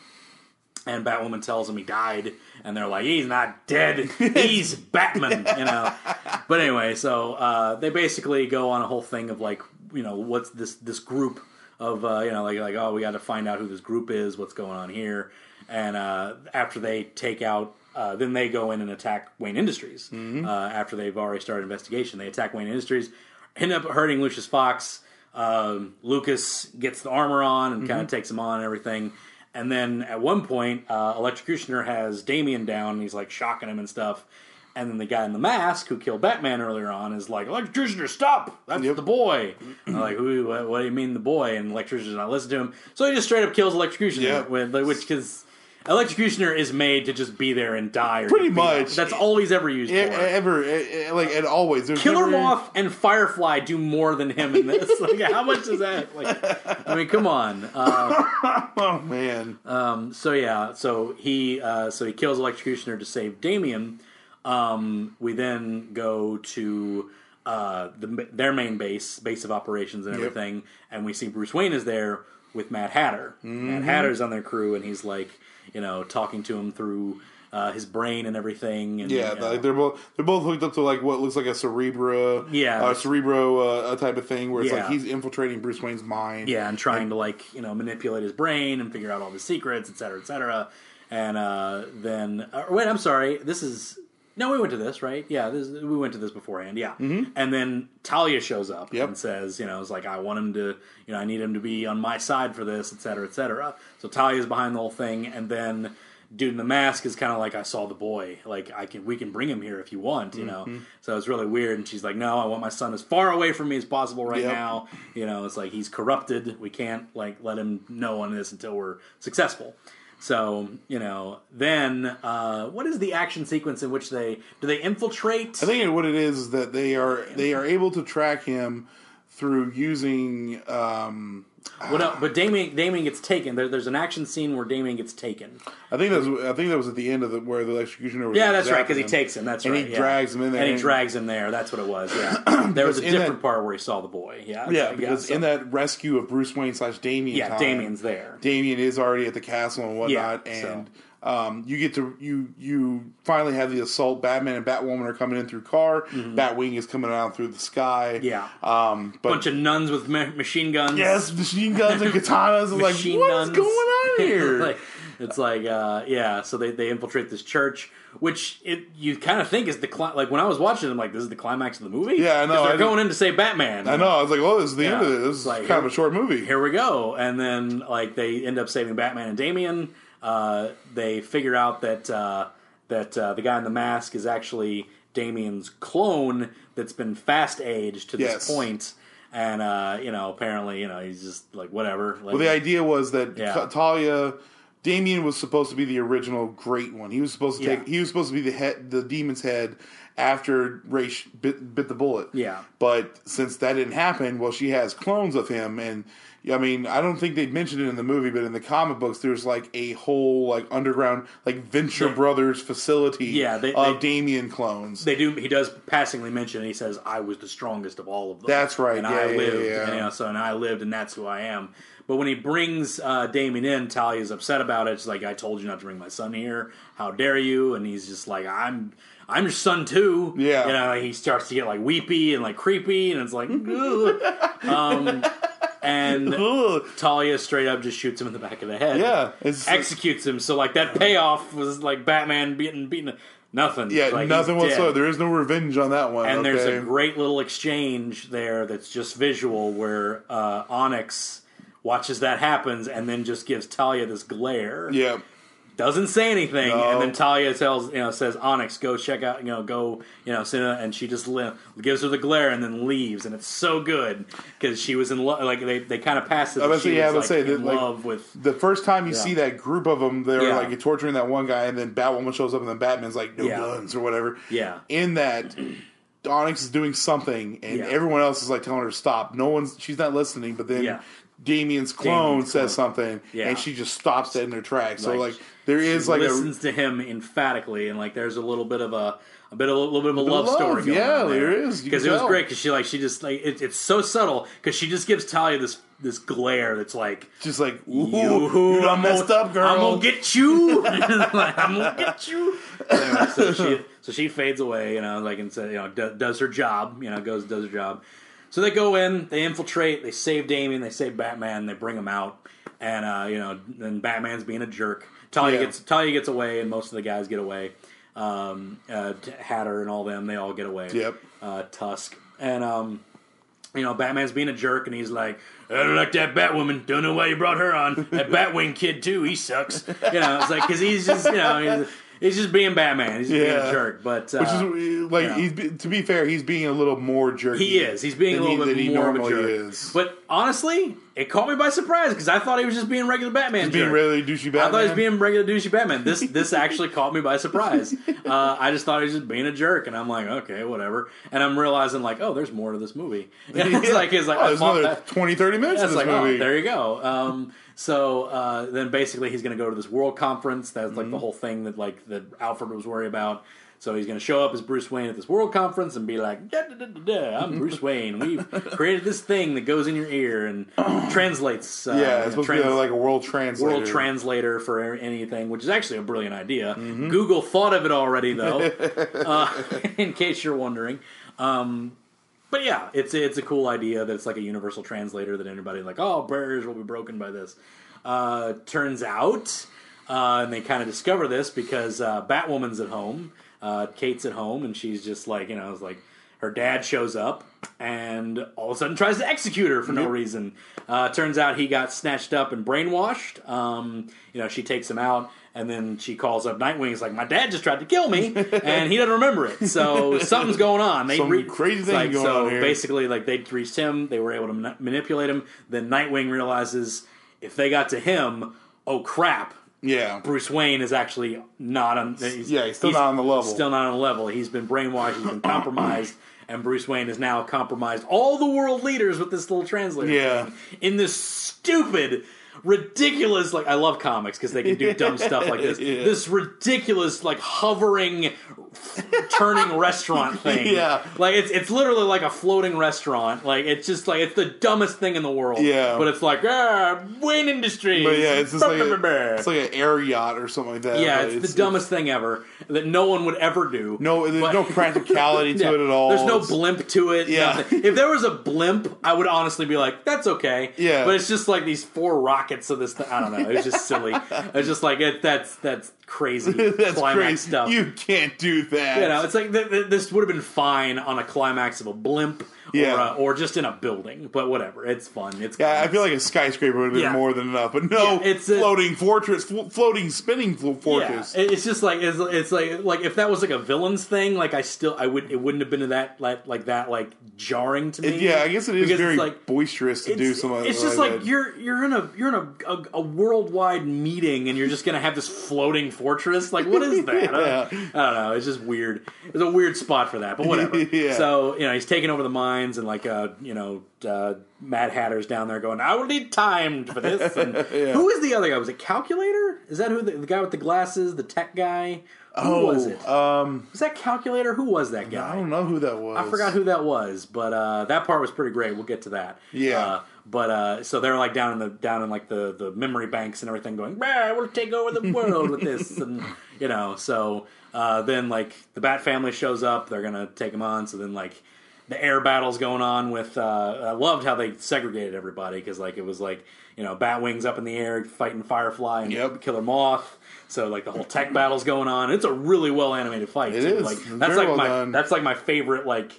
and Batwoman tells him he died, and they're like, he's not dead, he's Batman, you know. But anyway, so uh, they basically go on a whole thing of like, you know, what's this this group of uh, you know, like like oh, we got to find out who this group is, what's going on here, and uh, after they take out. Uh, then they go in and attack Wayne Industries. Uh, after they've already started investigation, they attack Wayne Industries, end up hurting Lucius Fox. Um, Lucas gets the armor on and kind of takes him on and everything. And then at one point, uh, Electrocutioner has Damien down. And he's like shocking him and stuff. And then the guy in the mask who killed Batman earlier on is like, Electrocutioner, stop! That's the boy. I'm like, who, what, what do you mean the boy? And Electrocutioner's not listening to him. So he just straight up kills Electrocutioner, Yeah. with, like, which because Electrocutioner is made to just be there and die. Or Pretty get beat up. much. That's all he's ever used E- for. ever e- e- like and always there's Killer never- Moth and Firefly do more than him in this. Like, how much is that? Like, I mean, come on. Uh, Oh man, so yeah, so he uh, so he kills Electrocutioner to save Damien. Um, we then go to uh, the, their main base, base of operations and everything, and we see Bruce Wayne is there with Mad Hatter. Mad Hatter's on their crew, and he's like, you know, talking to him through uh, his brain and everything. And, uh, yeah, you know, like they're both they're both hooked up to like what looks like a Cerebra, Yeah. uh, Cerebro uh, uh, type of thing where it's Yeah. like he's infiltrating Bruce Wayne's mind. Yeah, and trying to like you know manipulate his brain and figure out all the secrets, et cetera, et cetera. And uh, then uh, wait, I'm sorry. This is no, we went to this right. Yeah, this, we went to this beforehand. Yeah, and then Talia shows up Mm-hmm. Yep. and says, you know, it's like I want him to, you know, I need him to be on my side for this, et cetera, et cetera. So Talia's behind the whole thing, and then dude in the mask is kind of like I saw the boy. Like I can, we can bring him here if you want, you Mm-hmm. know. So it's really weird. And she's like, "No, I want my son as far away from me as possible right Yep. now." You know, it's like he's corrupted. We can't like let him know on this until we're successful. So you know, then uh, what is the action sequence in which they do they infiltrate? I think what it is is that they are they are able to track him through using um, well, no, but Damien Damien gets taken. There, there's an action scene where Damien gets taken. I think that's I think that was at the end of the where the executioner was Yeah, that's right, zapping because he him. takes him. That's And he right. yeah. drags him in there And he and- drags him there. That's what it was. Yeah, there was a Because in that- different part where he saw the boy. Yeah, yeah because so- in that rescue of Bruce Wayne slash Damien yeah, time, Damien's there. Damien is already at the castle and whatnot, Yeah, so- and um, you get to you you finally have the assault. Batman and Batwoman are coming in through car. Batwing is coming out through the sky. Mm-hmm. Yeah. um, but bunch of nuns with ma- machine guns. yes, machine guns and katanas. I'm like, machine what's guns. going on here? like, it's like, uh, yeah. So they, they infiltrate this church, which it you kind of think is the cli- like when I was watching, it, I'm like, this is the climax of the movie. Yeah, I know, 'Cause I They're think- going in to say Batman. I know. I was like, well, this is the end of Yeah, it. This it's is like- kind of a short movie. here we go. And then like they end up saving Batman and Damien. Uh, they figure out that uh, that uh, the guy in the mask is actually Damien's clone that's been fast aged to this Yes. point. And uh, you know, apparently, you know, he's just like whatever. Like, Well, the idea was that Yeah. Ta- Talia, Damien was supposed to be the original great one. He was supposed to Yeah. take. He was supposed to be the head, the demon's head, after Ray sh- bit, bit the bullet. Yeah. But since that didn't happen, well, she has clones of him, and I mean, I don't think they mentioned it in the movie, but in the comic books, there's like a whole like underground like Venture Brothers facility. Yeah, they- of they- Damien clones. they do. He does passingly mention. He says, "I was the strongest of all of them." That's right. And Yeah, I yeah, lived. yeah. And, you know, so and I lived, and that's who I am. But when he brings uh, Damien in, Talia's upset about it. She's like, "I told you not to bring my son here. How dare you?" And he's just like, "I'm, I'm your son too." Yeah. You know, he starts to get like weepy and like creepy, and it's like, "Ugh." um, and Ugh. Talia straight up just shoots him in the back of the head. Yeah, it's- executes him. So like that payoff was like Batman beating beating nothing. yeah, Like, he's nothing dead. whatsoever. There is no revenge on that one. And okay? there's a great little exchange there that's just visual where uh, Onyx watches that happens and then just gives Talia this glare. yeah. Doesn't say anything, No. and then Talia tells you know says Onyx go check out you know go you know send a- and she just li- gives her the glare and then leaves and it's so good because she was in love like they, they kind of passed it. I that was she say, yeah, I was, would like, say in that, like, love with the first time you see that group of them, they're Yeah. like torturing that one guy, and then Batwoman shows up, and then Batman's like, "No Yeah. guns" or whatever. Yeah. In that, Onyx is doing something, and Yeah. everyone else is like telling her to stop. No one's she's not listening, but then Yeah. Damien's clone Damien's says clone. something, Yeah. and she just stops dead in her tracks. So Like, like there is like a listens to him emphatically, and like there's a little bit of a a bit of a little bit of a love, love, story. Going yeah, on there. there is, you because it can was tell. great because she like she just like it, it's so subtle because she just gives Talia this this glare that's like. just like ooh, "Yoo-hoo, you done messed gonna- up, girl. I'm gonna get you. Like, I'm gonna get you. Anyway, so she so she fades away, you know, like and said, you know, do, does her job, you know, goes does her job. So they go in, they infiltrate, they save Damien, they save Batman, they bring him out, and uh, you know, then Batman's being a jerk. Talia Yeah. gets Talia gets away, and most of the guys get away. Um, uh, Hatter and all them, they all get away. Yep. Uh, Tusk and um you know, Batman's being a jerk, and he's like, "I don't like that Batwoman. Don't know why you brought her on. That Batwing kid too. He sucks." You know, it's like because he's just, you know, he's, he's just being Batman. He's just being a Yeah. jerk, but uh, Which is like yeah. he's be- to be fair, he's being a little more jerky. he is. He's being a than little he- bit than he more of a normally jerk. is. But honestly, it caught me by surprise because I thought he was just being regular Batman. being jerk. really douchey Batman. I thought he was being regular douchey Batman. This this actually caught me by surprise. Uh, I just thought he was just being a jerk, and I'm like, okay, whatever. And I'm realizing like, oh, there's more to this movie. it's like it's like Oh, I there's thought another that- 20, 30 minutes That's of like, this oh, movie. there you go. Um, so uh, then basically he's going to go to this world conference. That's like Mm-hmm. the whole thing that like that Alfred was worried about. So he's going to show up as Bruce Wayne at this world conference and be like, "Da, da, da, da, da, "I'm Bruce Wayne. We've created this thing that goes in your ear and translates." Uh, yeah, it's supposed to be trans- like a world translator. world translator for anything, which is actually a brilliant idea. Mm-hmm. Google thought of it already, though, uh, in case you're wondering. Um, but yeah, it's it's a cool idea that it's like a universal translator that anybody like, oh, barriers will be broken by this. Uh, turns out, uh, and they kind of discover this because uh, Batwoman's at home, uh, Kate's at home, and she's just like, you know, it's like her dad shows up and all of a sudden tries to execute her for no reason. Uh, turns out he got snatched up and brainwashed. Um, you know, she takes him out, and then she calls up Nightwing. It's like, my dad just tried to kill me, and he doesn't remember it. So something's going on. They Some crazy it's thing like, going so on here. basically, like they reached him, they were able to man- manipulate him. Then Nightwing realizes if they got to him, oh crap, Yeah, Bruce Wayne is actually not on. He's, Yeah, he's still not on the level. Still not on the level. He's been brainwashed. He's been compromised, and Bruce Wayne has now compromised all the world leaders with this little translator. Yeah. thing in this stupid, ridiculous. Like I love comics because they can do dumb stuff like this. Yeah. This ridiculous, like hovering, turning restaurant thing. Yeah. like it's it's literally like a floating restaurant. Like it's just like it's the dumbest thing in the world. Yeah. but it's like ah, Wayne Industries. but yeah, it's just like a, Brr-brr-brr-brr. it's like uh, an air yacht or something like that. Yeah, but it's, the dumbest thing ever that no one would ever do. No, there's But- no practicality to Yeah, it at all. There's no It's- blimp to it. Yeah. nothing. If there was a blimp, I would honestly be like, that's okay. Yeah. But it's just like these four rockets of this thing. I don't know. It was just silly. It's just like, it, that's that's crazy That's climax crazy. stuff. You can't do that. You know, it's like th- th- this would have been fine on a climax of a blimp or, Yeah. uh, or just in a building, but whatever. It's fun. It's yeah, I climax. feel like a skyscraper would have been Yeah. more than enough, but no, Yeah, it's a- floating fortress, flo- floating spinning flo- fortress. Yeah, it- it's just like it's, it's like like if that was like a villain's thing, like I still I would it wouldn't have been that like like that like jarring to me. yeah, I guess it is Because very it's like boisterous to do it's, something. it's just like you're you're in a you're in a, a, a worldwide meeting and you're just gonna have this floating fortress. Like what is that? I, Yeah. don't, I don't know. It's just weird. It's a weird spot for that, but whatever. Yeah. So you know he's taking over the mines and like uh you know uh, Mad Hatter's down there going I will need timed for this. And Who is the other guy? Was it Calculator? Is that who the, the guy with the glasses, the tech guy? Who oh, was it? Um, was that Calculator? Who was that guy? I don't know who that was. I forgot who that was, but uh, that part was pretty great. We'll get to that. Yeah. Uh, but uh, so they're like down in the down in like the, the memory banks and everything, going, "Rah, "We'll take over the world with this," and you know. So uh, then like the Bat family shows up. They're gonna take him on. So then like the air battles going on with. Uh, I loved how they segregated everybody because like it was like you know Batwing's up in the air fighting Firefly and Yep. Killer Moth. So like the whole tech battle's going on. It's a really well animated fight. It too. is. Like It's that's very like well my done. that's that's like my favorite like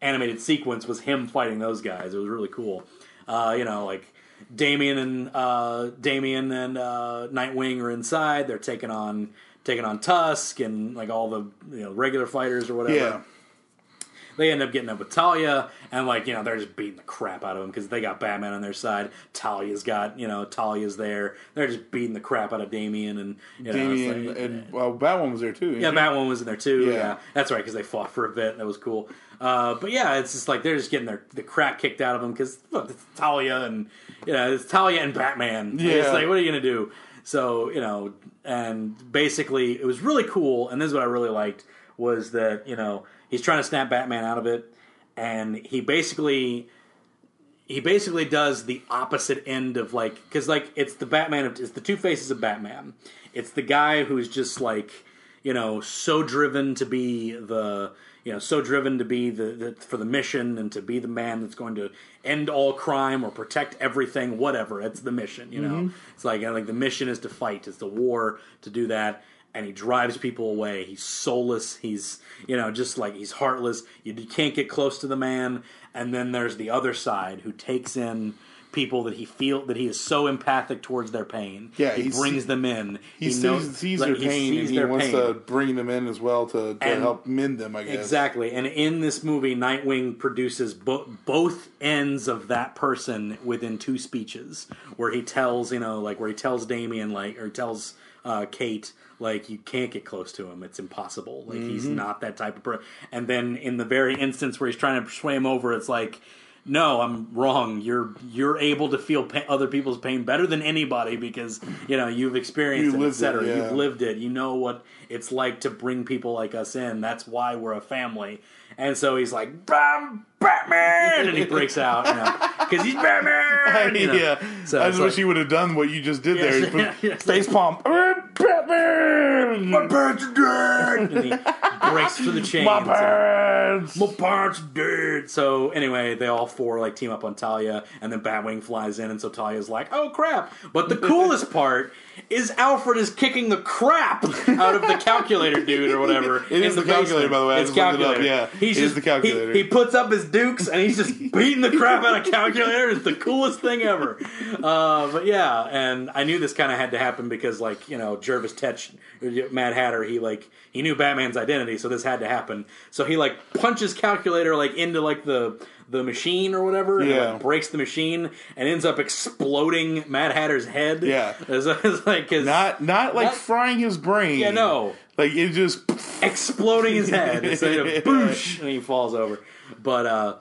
animated sequence was him fighting those guys. It was really cool. Uh, you know, like Damien and uh, Damien and uh, Nightwing are inside. They're taking on taking on Tusk and like all the you know regular fighters or whatever. Yeah, They end up getting up with Talia, and like you know they're just beating the crap out of him because they got Batman on their side. Talia's got you know Talia's there. They're just beating the crap out of Damien and you know, it's Damien like- and well, Batwoman was there too. yeah, Batwoman was in there too. Yeah, Yeah. that's right because they fought for a bit. That was cool. Uh, but yeah, it's just like they're just getting their the crap kicked out of them because look, it's Talia and you know it's Talia and Batman. Yeah, it's Yeah. like what are you gonna do? So you know, and basically it was really cool. And this is what I really liked was that you know he's trying to snap Batman out of it, and he basically he basically does the opposite end of like because like it's the Batman of, it's the two faces of Batman. It's the guy who's just like you know so driven to be the you know so driven to be the, the for the mission and to be the man that's going to end all crime or protect everything whatever that's the mission you know it's like I think the mission is to fight it's the war to do that and he drives people away. He's soulless. He's you know just like he's heartless. You, you can't get close to the man. And then there's the other side who takes in people that he feel that he is so empathic towards their pain. Yeah, he he's- brings them in. he, sees, sees like, their pain sees and he their wants pain. to bring them in as well to, to And- help mend them. I guess Exactly. And in this movie, Nightwing produces bo- both ends of that person within two speeches, where he tells, you know, like where he tells Damien, like, or he tells uh, Kate, like, you can't get close to him. It's impossible. Like, he's not that type of person. And then in the very instance where he's trying to sway him over, it's like, no, I'm wrong. You're you're able to feel pa- other people's pain better than anybody because you know you've experienced You it, lived et it, cetera. yeah. You've lived lived it. You know what it's like to bring people like us in. That's why we're a family. And so he's like, I'm Batman! And he breaks out, you know, because he's Batman! you know. yeah, So I it's just wish like- he would have done what you just did there. Yes. He put Yes. Face palm, "Uh, Batman, my parents are dead, And he breaks through the chains. my parents. My parents dead. So anyway, they all four like team up on Talia, and then Batwing flies in, and so Talia's like, "Oh crap!" But the coolest part is Alfred is kicking the crap out of the calculator dude or whatever. It is the calculator, by the way. I It's just looked it up. calculator. Yeah, he's it is just the calculator. He, he puts up his dukes and he's just beating the crap out of calculator. It's the coolest thing ever. Uh, but yeah, and I knew this kind of had to happen because like you know Jervis Tetch, Mad Hatter, he like he knew Batman's identity, so this had to happen. So he like punches calculator like into like the the machine or whatever, and it, Yeah. like, breaks the machine and ends up exploding Mad Hatter's head. Yeah. it's, it's like his, Not not like Not- frying his brain. yeah no Like it just exploding his head. It's like a boosh, and he falls over. But uh,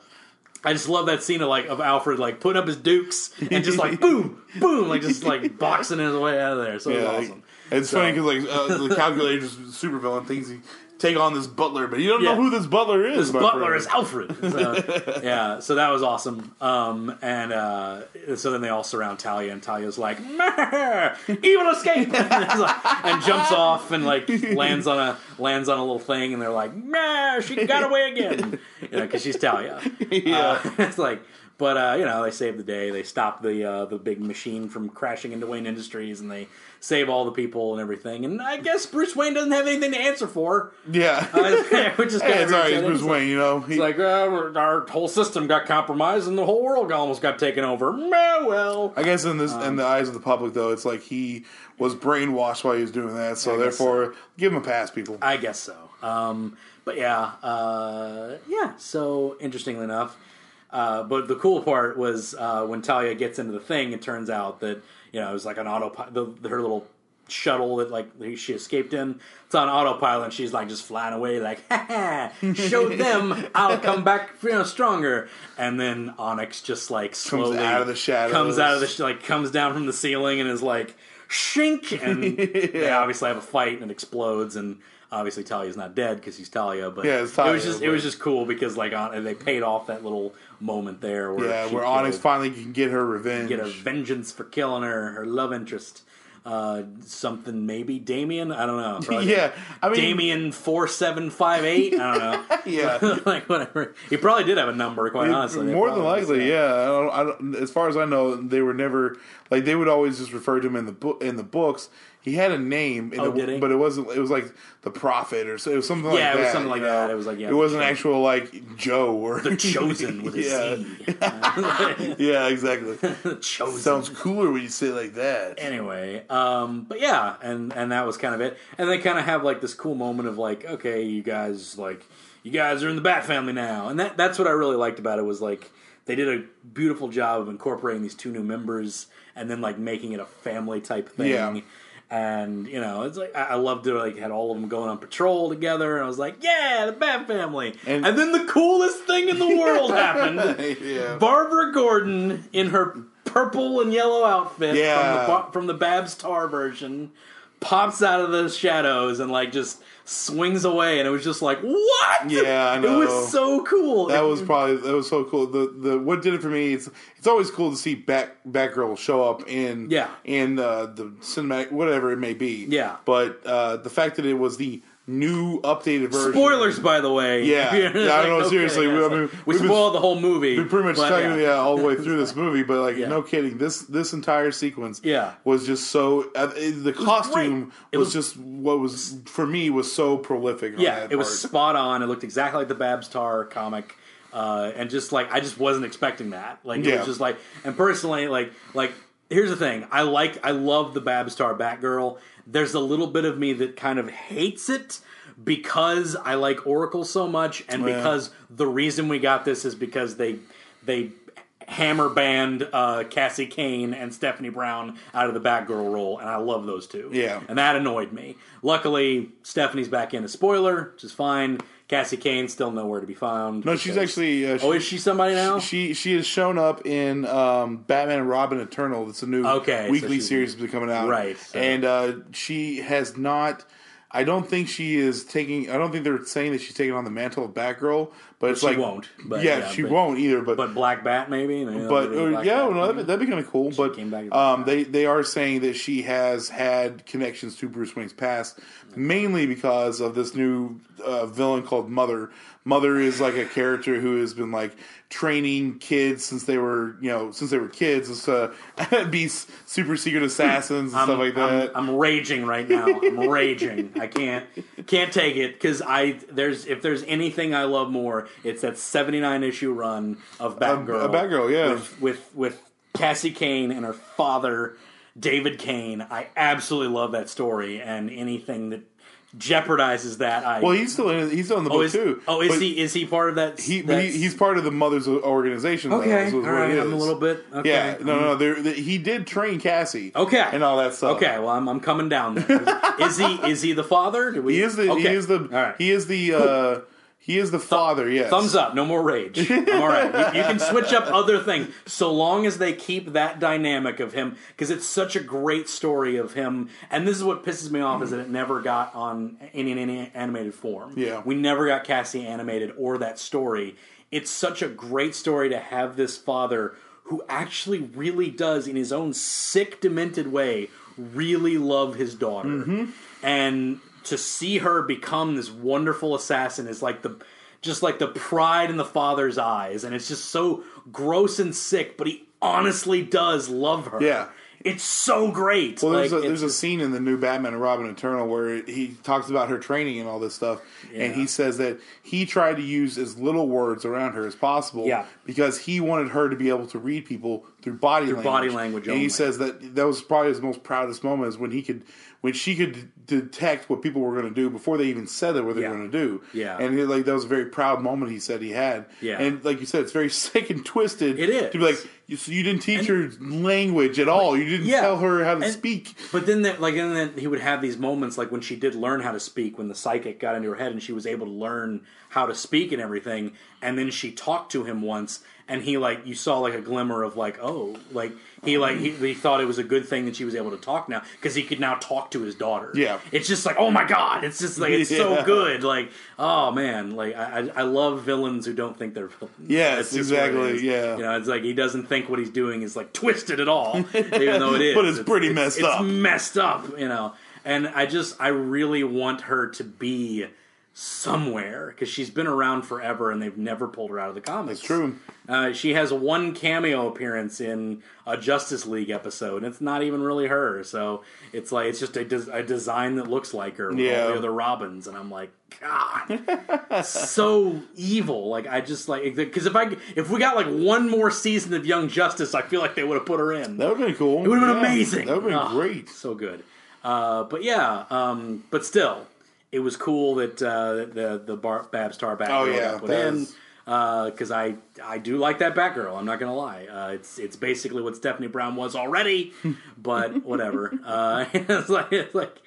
I just love that scene of like of Alfred like putting up his dukes and just like boom, boom, like just like boxing his way out of there. So yeah, it like, was awesome. It's So- funny 'cause funny because like uh, the calculator's supervillain thinks he take on this butler, but you don't Yeah. know who this butler is. This my butler friend. is Alfred. So, yeah, so that was awesome. Um, and uh, so then they all surround Talia, and Talia's like, "Meh, "Evil escape!" and, it's like- and jumps off and like lands on a lands on a little thing, and they're like, "Meh, she got away again," you know, because she's Talia. Yeah, it's like. But uh, you know they save the day. They stop the uh, the big machine from crashing into Wayne Industries, and they save all the people and everything. And I guess Bruce Wayne doesn't have anything to answer for, Yeah, which is kind hey, of it's alright. It's Bruce Wayne. You know, he, it's like uh, we're- our whole system got compromised and the whole world almost got taken over. Meh, well, I guess in this um, in the eyes of the public though, it's like he was brainwashed while he was doing that. So guess therefore, give him a pass, people. I guess so. Um, but yeah, uh, yeah. So interestingly enough, uh, but the cool part was uh, when Talia gets into the thing. It turns out that you know it was like an autopilot. The, the- her little shuttle that like she escaped in. It's on autopilot. and She's like just flying away. Like, ha ha, show them I'll come back you know, stronger. And then Onyx just like slowly out of the shadows. Comes out of the sh- like comes down from the ceiling and is like shink and they obviously have a fight and it explodes and obviously Talia's not dead because he's Talia but Yeah, it's it Talia, was just it but- was just cool because like on, and they paid off that little moment there where yeah, she where Onyx killed- finally can get her revenge. get a vengeance for killing her her love interest uh something maybe Damien I don't know Probably yeah, I mean, Damien four seven five eight I don't know yeah. like whatever he probably did have a number quite honestly They More than probably- likely, yeah. I don't, I don't, as far as I know, they were never like they would always just refer to him in the book in the books He had a name, and Oh, it- did he? but it wasn't. It was like the Prophet or so, it was something like Yeah, that. it was something like you know? that. It was like, yeah, it the wasn't Chosen. actual like Joe or The Chosen with a Z. yeah, exactly. the Chosen. Sounds cooler when you say it like that. anyway um but yeah and and that was kind of it and they kind of have like this cool moment of like okay you guys like you guys are in the bat family now and that that's what i really liked about it was like they did a beautiful job of incorporating these two new members and then like making it a family type thing Yeah. and you know it's like i, I loved it like had all of them going on patrol together and i was like yeah the bat family and, And- then the coolest thing in the world happened yeah. Barbara Gordon in her purple and yellow outfit Yeah. from the Ba- from the Babs Tar version pops out of the shadows and like just swings away and it was just like what Yeah, I it know. was so cool That It- was probably that was so cool. The the what did it for me is it's always cool to see back Batgirl show up in Yeah. in uh, the cinematic whatever it may be Yeah. But uh, the fact that it was the new updated version. spoilers by the way Yeah. Yeah, I don't know, no seriously, kidding. we- I It's mean, like, we we've been- spoiled the whole movie We pretty much but, talking yeah. yeah. all the way through this movie, but like Yeah. no kidding, this this entire sequence Yeah. was just so uh, it- the costume great. It was- was, just what was for me was so prolific. on Yeah, that it was part. spot on. It looked exactly like the Babs Tar comic. Uh, and just like I just wasn't expecting that. Like it Yeah. was just like and personally like like here's the thing. I like I love the Babs Tar Batgirl. There's a little bit of me that kind of hates it because I like Oracle so much and Yeah. because the reason we got this is because they they hammer banned uh, Cassie Kane and Stephanie Brown out of the Batgirl role and I love those two. Yeah. And that annoyed me. Luckily, Stephanie's back in the spoiler, which is fine. Cassie Kane still nowhere to be found. No, she's because- actually uh, she, Oh, is she somebody now? She she has shown up in um, Batman and Robin Eternal. It's a new Okay, so weekly she's- series that's coming out, Right, so- And uh, she has not. I don't think she is taking. I don't think they're saying that she's taking on the mantle of Batgirl, but it's she like won't, but yeah, yeah, she but- won't either. But but Black Bat, maybe? Maybe but that'll be uh, Black yeah, Bat. no, that'd, be- that'd be kind of cool. But came back as um, Black they they are saying that she has had connections to Bruce Wayne's past, mainly because of this new uh, villain called Mother. Mother is like a character who has been like training kids since they were you know since they were kids to be s- super secret assassins and stuff like that. I'm, I'm raging right now. I'm raging. I can't can't take it because I there's if there's anything I love more, it's that 79 issue run of Batgirl. a Batgirl, yeah. With, with with Cassie Kane and her father David Kane. I absolutely love that story and anything that jeopardizes that. I well, he's still in, he's still in the oh book is, too. oh, is But he is he part of that? He, but he, that's- he's part of the mother's organization. though, okay. is All what it right, I'm a is. little bit okay. Mm-hmm. Yeah, no, no, there, there- he did train Cassie. Okay. and all that stuff. Okay, well, I'm, I'm coming down. There. Is he is he the father? Do we, he is the he okay. is the All right. he is the uh, he is the father. Yes, Thumbs up. No more rage. I'm all right. You, you can switch up other things so long as they keep that dynamic of him because it's such a great story of him. And this is what pisses me off is that it never got on any, any animated form. Yeah. we never got Cassie animated or that story. It's such a great story to have this father who actually really does, in his own sick, demented way, really love his daughter. Mm-hmm. And to see her become this wonderful assassin is like the just like the pride in the father's eyes and it's just so gross and sick but he honestly does love her Yeah. it's so great Well, there's Like, a, it's- there's a scene in the new Batman and Robin Eternal where he talks about her training and all this stuff, and he says that he tried to use as little words around her as possible, Yeah. because he wanted her to be able to read people through body language. body language and only. he says that that was probably his most proudest moment is when he could, when she could d- detect what people were going to do before they even said that what they Yeah. were going to do. Yeah. and he, like that was a very proud moment he said he had. Yeah. and like you said, it's very sick and twisted. It is. to be like you, so you didn't teach her language at all. You didn't Yeah. tell her how to And- speak. But then, that, like, and then he would have these moments, like when she did learn how to speak, when the psychic got into her head and she was able to learn how to speak and everything. And then she talked to him once, and he like you saw like a glimmer of like, oh, like he like he, he thought it was a good thing that she was able to talk now because he could now talk to his daughter. Yeah. it's just like, oh my god, it's just like it's so Yeah. good. Like, oh man, like I I I love villains who don't think they're villains. Yes, That's just what it exactly, is. yeah. you know, it's like he doesn't think what he's doing is like twisted at all, even though it is. But it's pretty messed it's up. messed up, you know. And I just, I really want her to be somewhere because she's been around forever and they've never pulled her out of the comics. It's true. Uh, she has one cameo appearance in a Justice League episode, and it's not even really her. So it's like it's just a, des- a design that looks like her with Yeah. all the other Robins, and I'm like, God, so evil. Like I just like because if I if we got like one more season of Young Justice, I feel like they would have put her in. That would have been cool. It would have been amazing. That would Ah, have been great. So good. Uh, but yeah, um, but still, it was cool that uh, that the the Bar- Babs Tar Batgirl Oh, yeah, got put that in is- because I I do like that Batgirl. I'm not gonna lie. Uh, it's it's basically what Stephanie Brown was already, but whatever. uh, it's like it's like.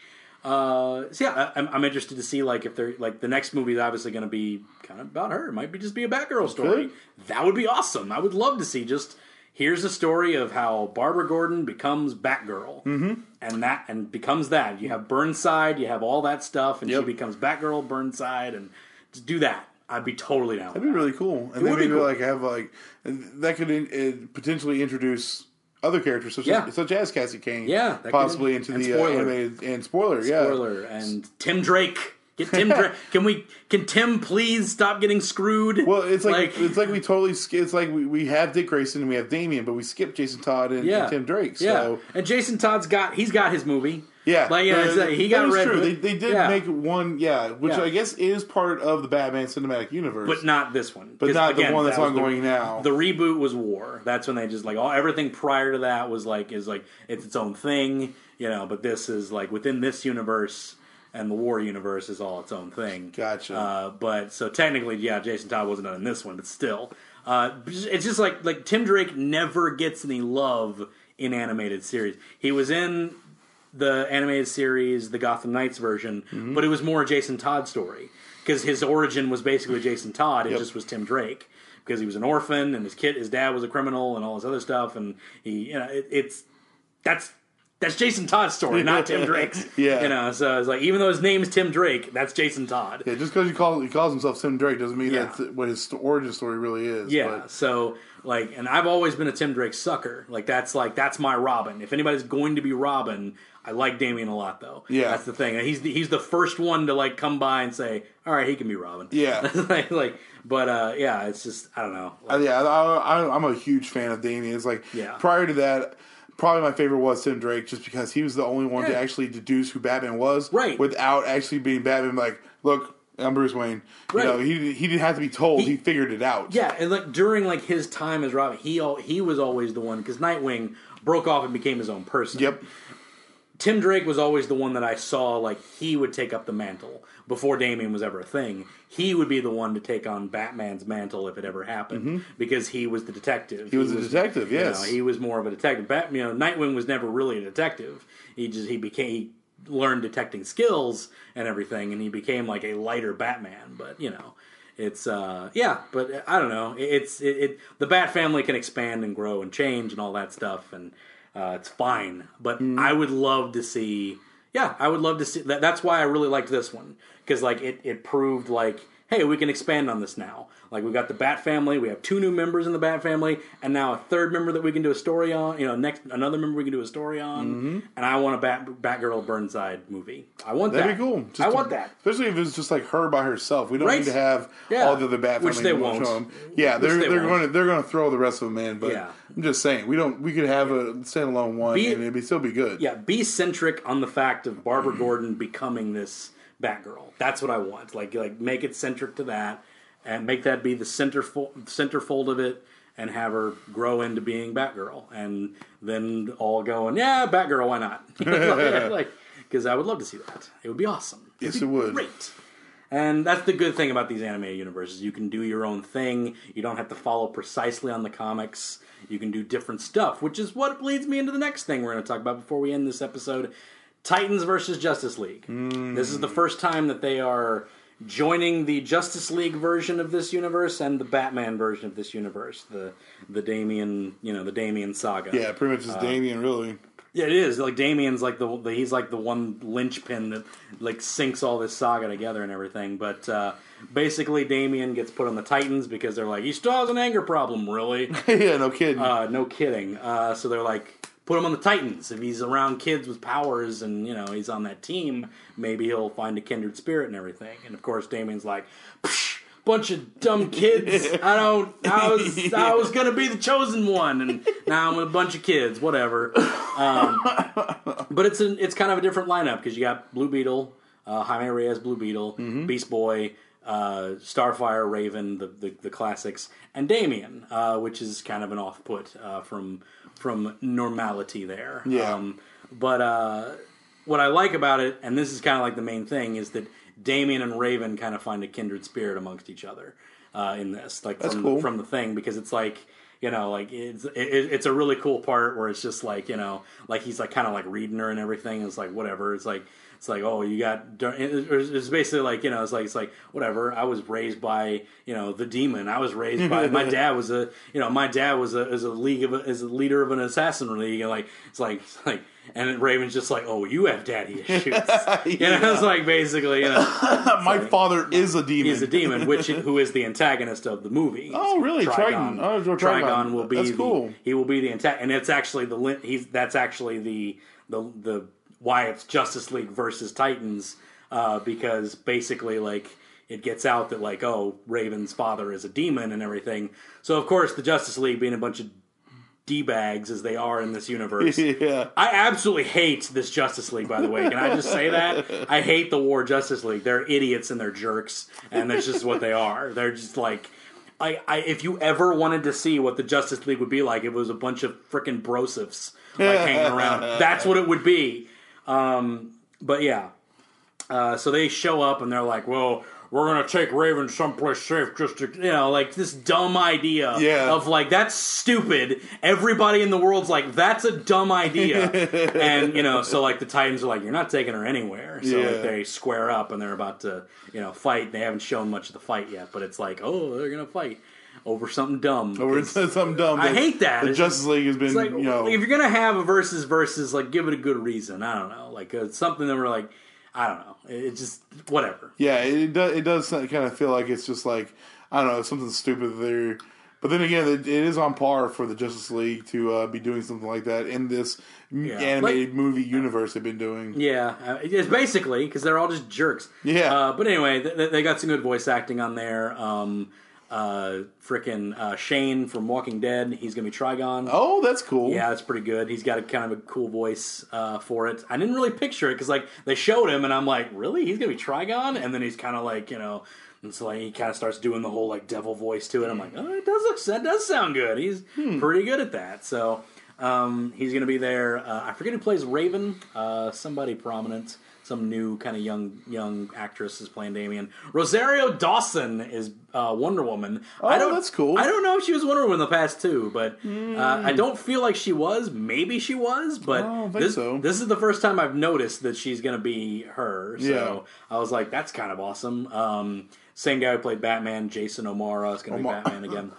Uh, so yeah, I, I'm, I'm interested to see like if they're like the next movie is obviously going to be kind of about her. It might be just be a Batgirl story. Good. That would be awesome. I would love to see just here's a story of how Barbara Gordon becomes Batgirl, mm-hmm. and that and becomes that. You have Burnside, you have all that stuff, and Yep. she becomes Batgirl, Burnside, and just do that. I'd be totally down. That'd be really cool. And then would be maybe cool. like have like that could in, uh, potentially introduce other characters such Yeah. as such as Cassie Kane. Yeah, that could- possibly into and the spoiler. Uh, animated and spoiler. Yeah, spoiler and Tim Drake. Get Tim Drake. Can we? Can Tim please stop getting screwed? Well, it's like, it's like we totally sk- it's like we, we have Dick Grayson and we have Damien, but we skip Jason Todd and, and Tim Drake. So Yeah, and Jason Todd's got he's got his movie. yeah, like yeah, That- it's- he that got is red. true. They, Hood. they did Yeah. make one, yeah, which Yeah. I guess is part of the Batman cinematic universe, but not this one. but 'Cause, not again, the one that's that was the- ongoing now. The reboot was War. That's when they just like all everything prior to that was like is like it's its own thing, you know. But this is like within this universe and the War universe is all its own thing. Gotcha. Uh, but so technically, yeah, Jason Todd wasn't in this one, but still, uh, it's just like like Tim Drake never gets any love in animated series. He was in the animated series, the Gotham Knights version, Mm-hmm. but it was more a Jason Todd story because his origin was basically Jason Todd. It just was Tim Drake because he was an orphan and his kid, his dad was a criminal and all this other stuff, and he, you know, it, it's that's. That's Jason Todd's story, not Tim Drake's. Yeah. you know. So it's like, even though his name's Tim Drake, that's Jason Todd. yeah, just because he calls he calls himself Tim Drake doesn't mean Yeah. that's what his st- origin story really is. Yeah. but- So like, and I've always been a Tim Drake sucker. Like that's like that's my Robin. If anybody's going to be Robin, I like Damien a lot though. Yeah. That's the thing. And he's the, he's the first one to like come by and say, all right, he can be Robin. Yeah. like, like, but uh, yeah, it's just I don't know. Uh, yeah, I, I, I'm a huge fan of Damien. It's like Yeah. prior to that, probably my favorite was Tim Drake, just because he was the only one to Yeah. actually deduce who Batman was, Right. Without actually being Batman, like, look, I'm Bruce Wayne. Right. You know, he he didn't have to be told; he, He- figured it out. Yeah, and like during like his time as Robin, he al- he was always the one because Nightwing broke off and became his own person. Yep. Tim Drake was always the one that I saw like he would take up the mantle before Damien was ever a thing. He would be the one to take on Batman's mantle if it ever happened because he was the detective. He was a detective, you know, yes. he was more of a detective. Bat, you know, Nightwing was never really a detective. He just he became he learned detecting skills and everything, and he became like a lighter Batman. But you know, it's uh yeah. But I don't know. It- It's it, it the Bat family can expand and grow and change and all that stuff, and uh, it's fine. But I would love to see. Yeah, I would love to see that. That's why I really liked this one because like it it proved like hey, we can expand on this now. Like we got the Bat Family, we have two new members in the Bat Family, and now a third member that we can do a story on. You know, next another member we can do a story on. Mm-hmm. And I want a Bat Batgirl Burnside movie. I want That'd that. be cool. Just I to- want that. especially if it's just like her by herself. We don't Right. need to have Yeah. all the other Batman. Which they won't. Yeah, they're they they are won't. going to they're going to throw the rest of them in. But Yeah. I'm just saying, we don't. We could have a standalone one, Be- and it'd be, still be good. Yeah, be centric on the fact of Barbara Gordon becoming this Batgirl. That's what I want. Like like make it centric to that, and make that be the center fo- centerfold of it, and have her grow into being Batgirl, and then all going, yeah, Batgirl, why not? like because I would love to see that. It would be awesome. Yes, It'd it be would. Great. And that's the good thing about these animated universes. You can do your own thing. You don't have to follow precisely on the comics. You can do different stuff, which is what leads me into the next thing we're going to talk about before we end this episode Titans versus Justice League. This is the first time that they are joining the Justice League version of this universe and the Batman version of this universe, the the Damien, you know, the Damien saga. Yeah, pretty Uh, much just Damien, really. Yeah, it is. Like Damien's like the, the he's like the one linchpin that like sinks all this saga together and everything. But uh, basically, Damien gets put on the Titans because they're like he still has an anger problem. Really? yeah, no kidding. Uh, no kidding. Uh, so they're like, put him on the Titans. If he's around kids with powers and, you know, he's on that team, maybe he'll find a kindred spirit and everything. And of course, Damien's like, Psh, bunch of dumb kids. I don't, I was, I was going to be the chosen one. And now I'm with a bunch of kids, whatever. Um, but it's an, it's kind of a different lineup because you got Blue Beetle, uh, Jaime Reyes, Blue Beetle, Beast Boy, uh, Starfire, Raven, the, the the classics, and Damien, uh, which is kind of an off put uh, from from normality there. Um, Yeah. but uh, what I like about it, and this is kind of like the main thing, is that Damien and Raven kind of find a kindred spirit amongst each other uh, in this, like from, cool. from the thing, because it's like you know, like it's it, it's a really cool part where it's just like you know, like he's like kind of like reading her and everything. It's like whatever. It's like it's like oh, you got. dar- it- It's it's basically like you know, it's like it's like whatever. I was raised by you know the demon. I was raised by my dad was a you know my dad was a is a league of a, is a leader of an assassin league and like it's like it's like and Raven's just like oh you have daddy issues. You know, it's like basically you know. My father is a demon. He's a demon, which who is the antagonist of the movie. Oh, really? Trigon. Oh, Trigon. Trigon will be That's the, cool. He will be the antagonist, and it's actually the lin- he's that's actually the the the why it's Justice League versus Titans uh, because basically like it gets out that like oh Raven's father is a demon and everything. So of course the Justice League being a bunch of d bags as they are in this universe. yeah. I absolutely hate this Justice League, by the way. Can I just say that? I hate the War Justice League. They're idiots and they're jerks, and that's just what they are. They're just like. I, I, if you ever wanted to see what the Justice League would be like, if it was a bunch of frickin' brosifs like hanging around. That's what it would be. Um, but yeah, uh, so they show up and they're like, "Well, we're gonna take Raven someplace safe, just to you know, like this dumb idea Yeah. of like that's stupid." Everybody in the world's like, "That's a dumb idea," and you know, so like the Titans are like, "You're not taking her anywhere." So Yeah. like, they square up and they're about to you know fight. They haven't shown much of the fight yet, but it's like, oh, they're gonna fight over something dumb. Or it's something dumb. I hate that. The It's Justice League has been, it's like you know, if you're gonna have a versus versus, like give it a good reason. I don't know, like uh, something that we're like, I don't know. It, it just whatever. yeah, it does. It does kind of feel like it's just like I don't know something stupid there. But then again, it, it is on par for the Justice League to uh, be doing something like that in this m Yeah. animated Like- movie universe they've been doing. Yeah, uh, it's basically because they're all just jerks. Yeah. Uh, but anyway, th- th- they got some good voice acting on there. Um, uh, frickin' uh, Shane from Walking Dead. He's gonna be Trigon. Oh, that's cool. Yeah, that's pretty good. He's got a kind of a cool voice uh, for it. I didn't really picture it because like they showed him, and I'm like, really? He's gonna be Trigon? And then he's kind of like, you know, and so like he kind of starts doing the whole like devil voice to it. I'm like, oh, it does look that does sound good. He's Hmm. pretty good at that. So um, he's gonna be there. Uh, I forget who plays Raven. Uh, somebody prominent. Some new kind of young young actress is playing Damien. Rosario Dawson is uh, Wonder Woman. I don't, Oh, that's cool. I don't know if she was Wonder Woman in the past too, but uh, I don't feel like she was. Maybe she was, but Hmm. I don't think this so. this is the first time I've noticed that she's going to be her. So Yeah. I was like, that's kind of awesome. Um, same guy who played Batman, Jason O'Mara, is going to be Omar- Batman again.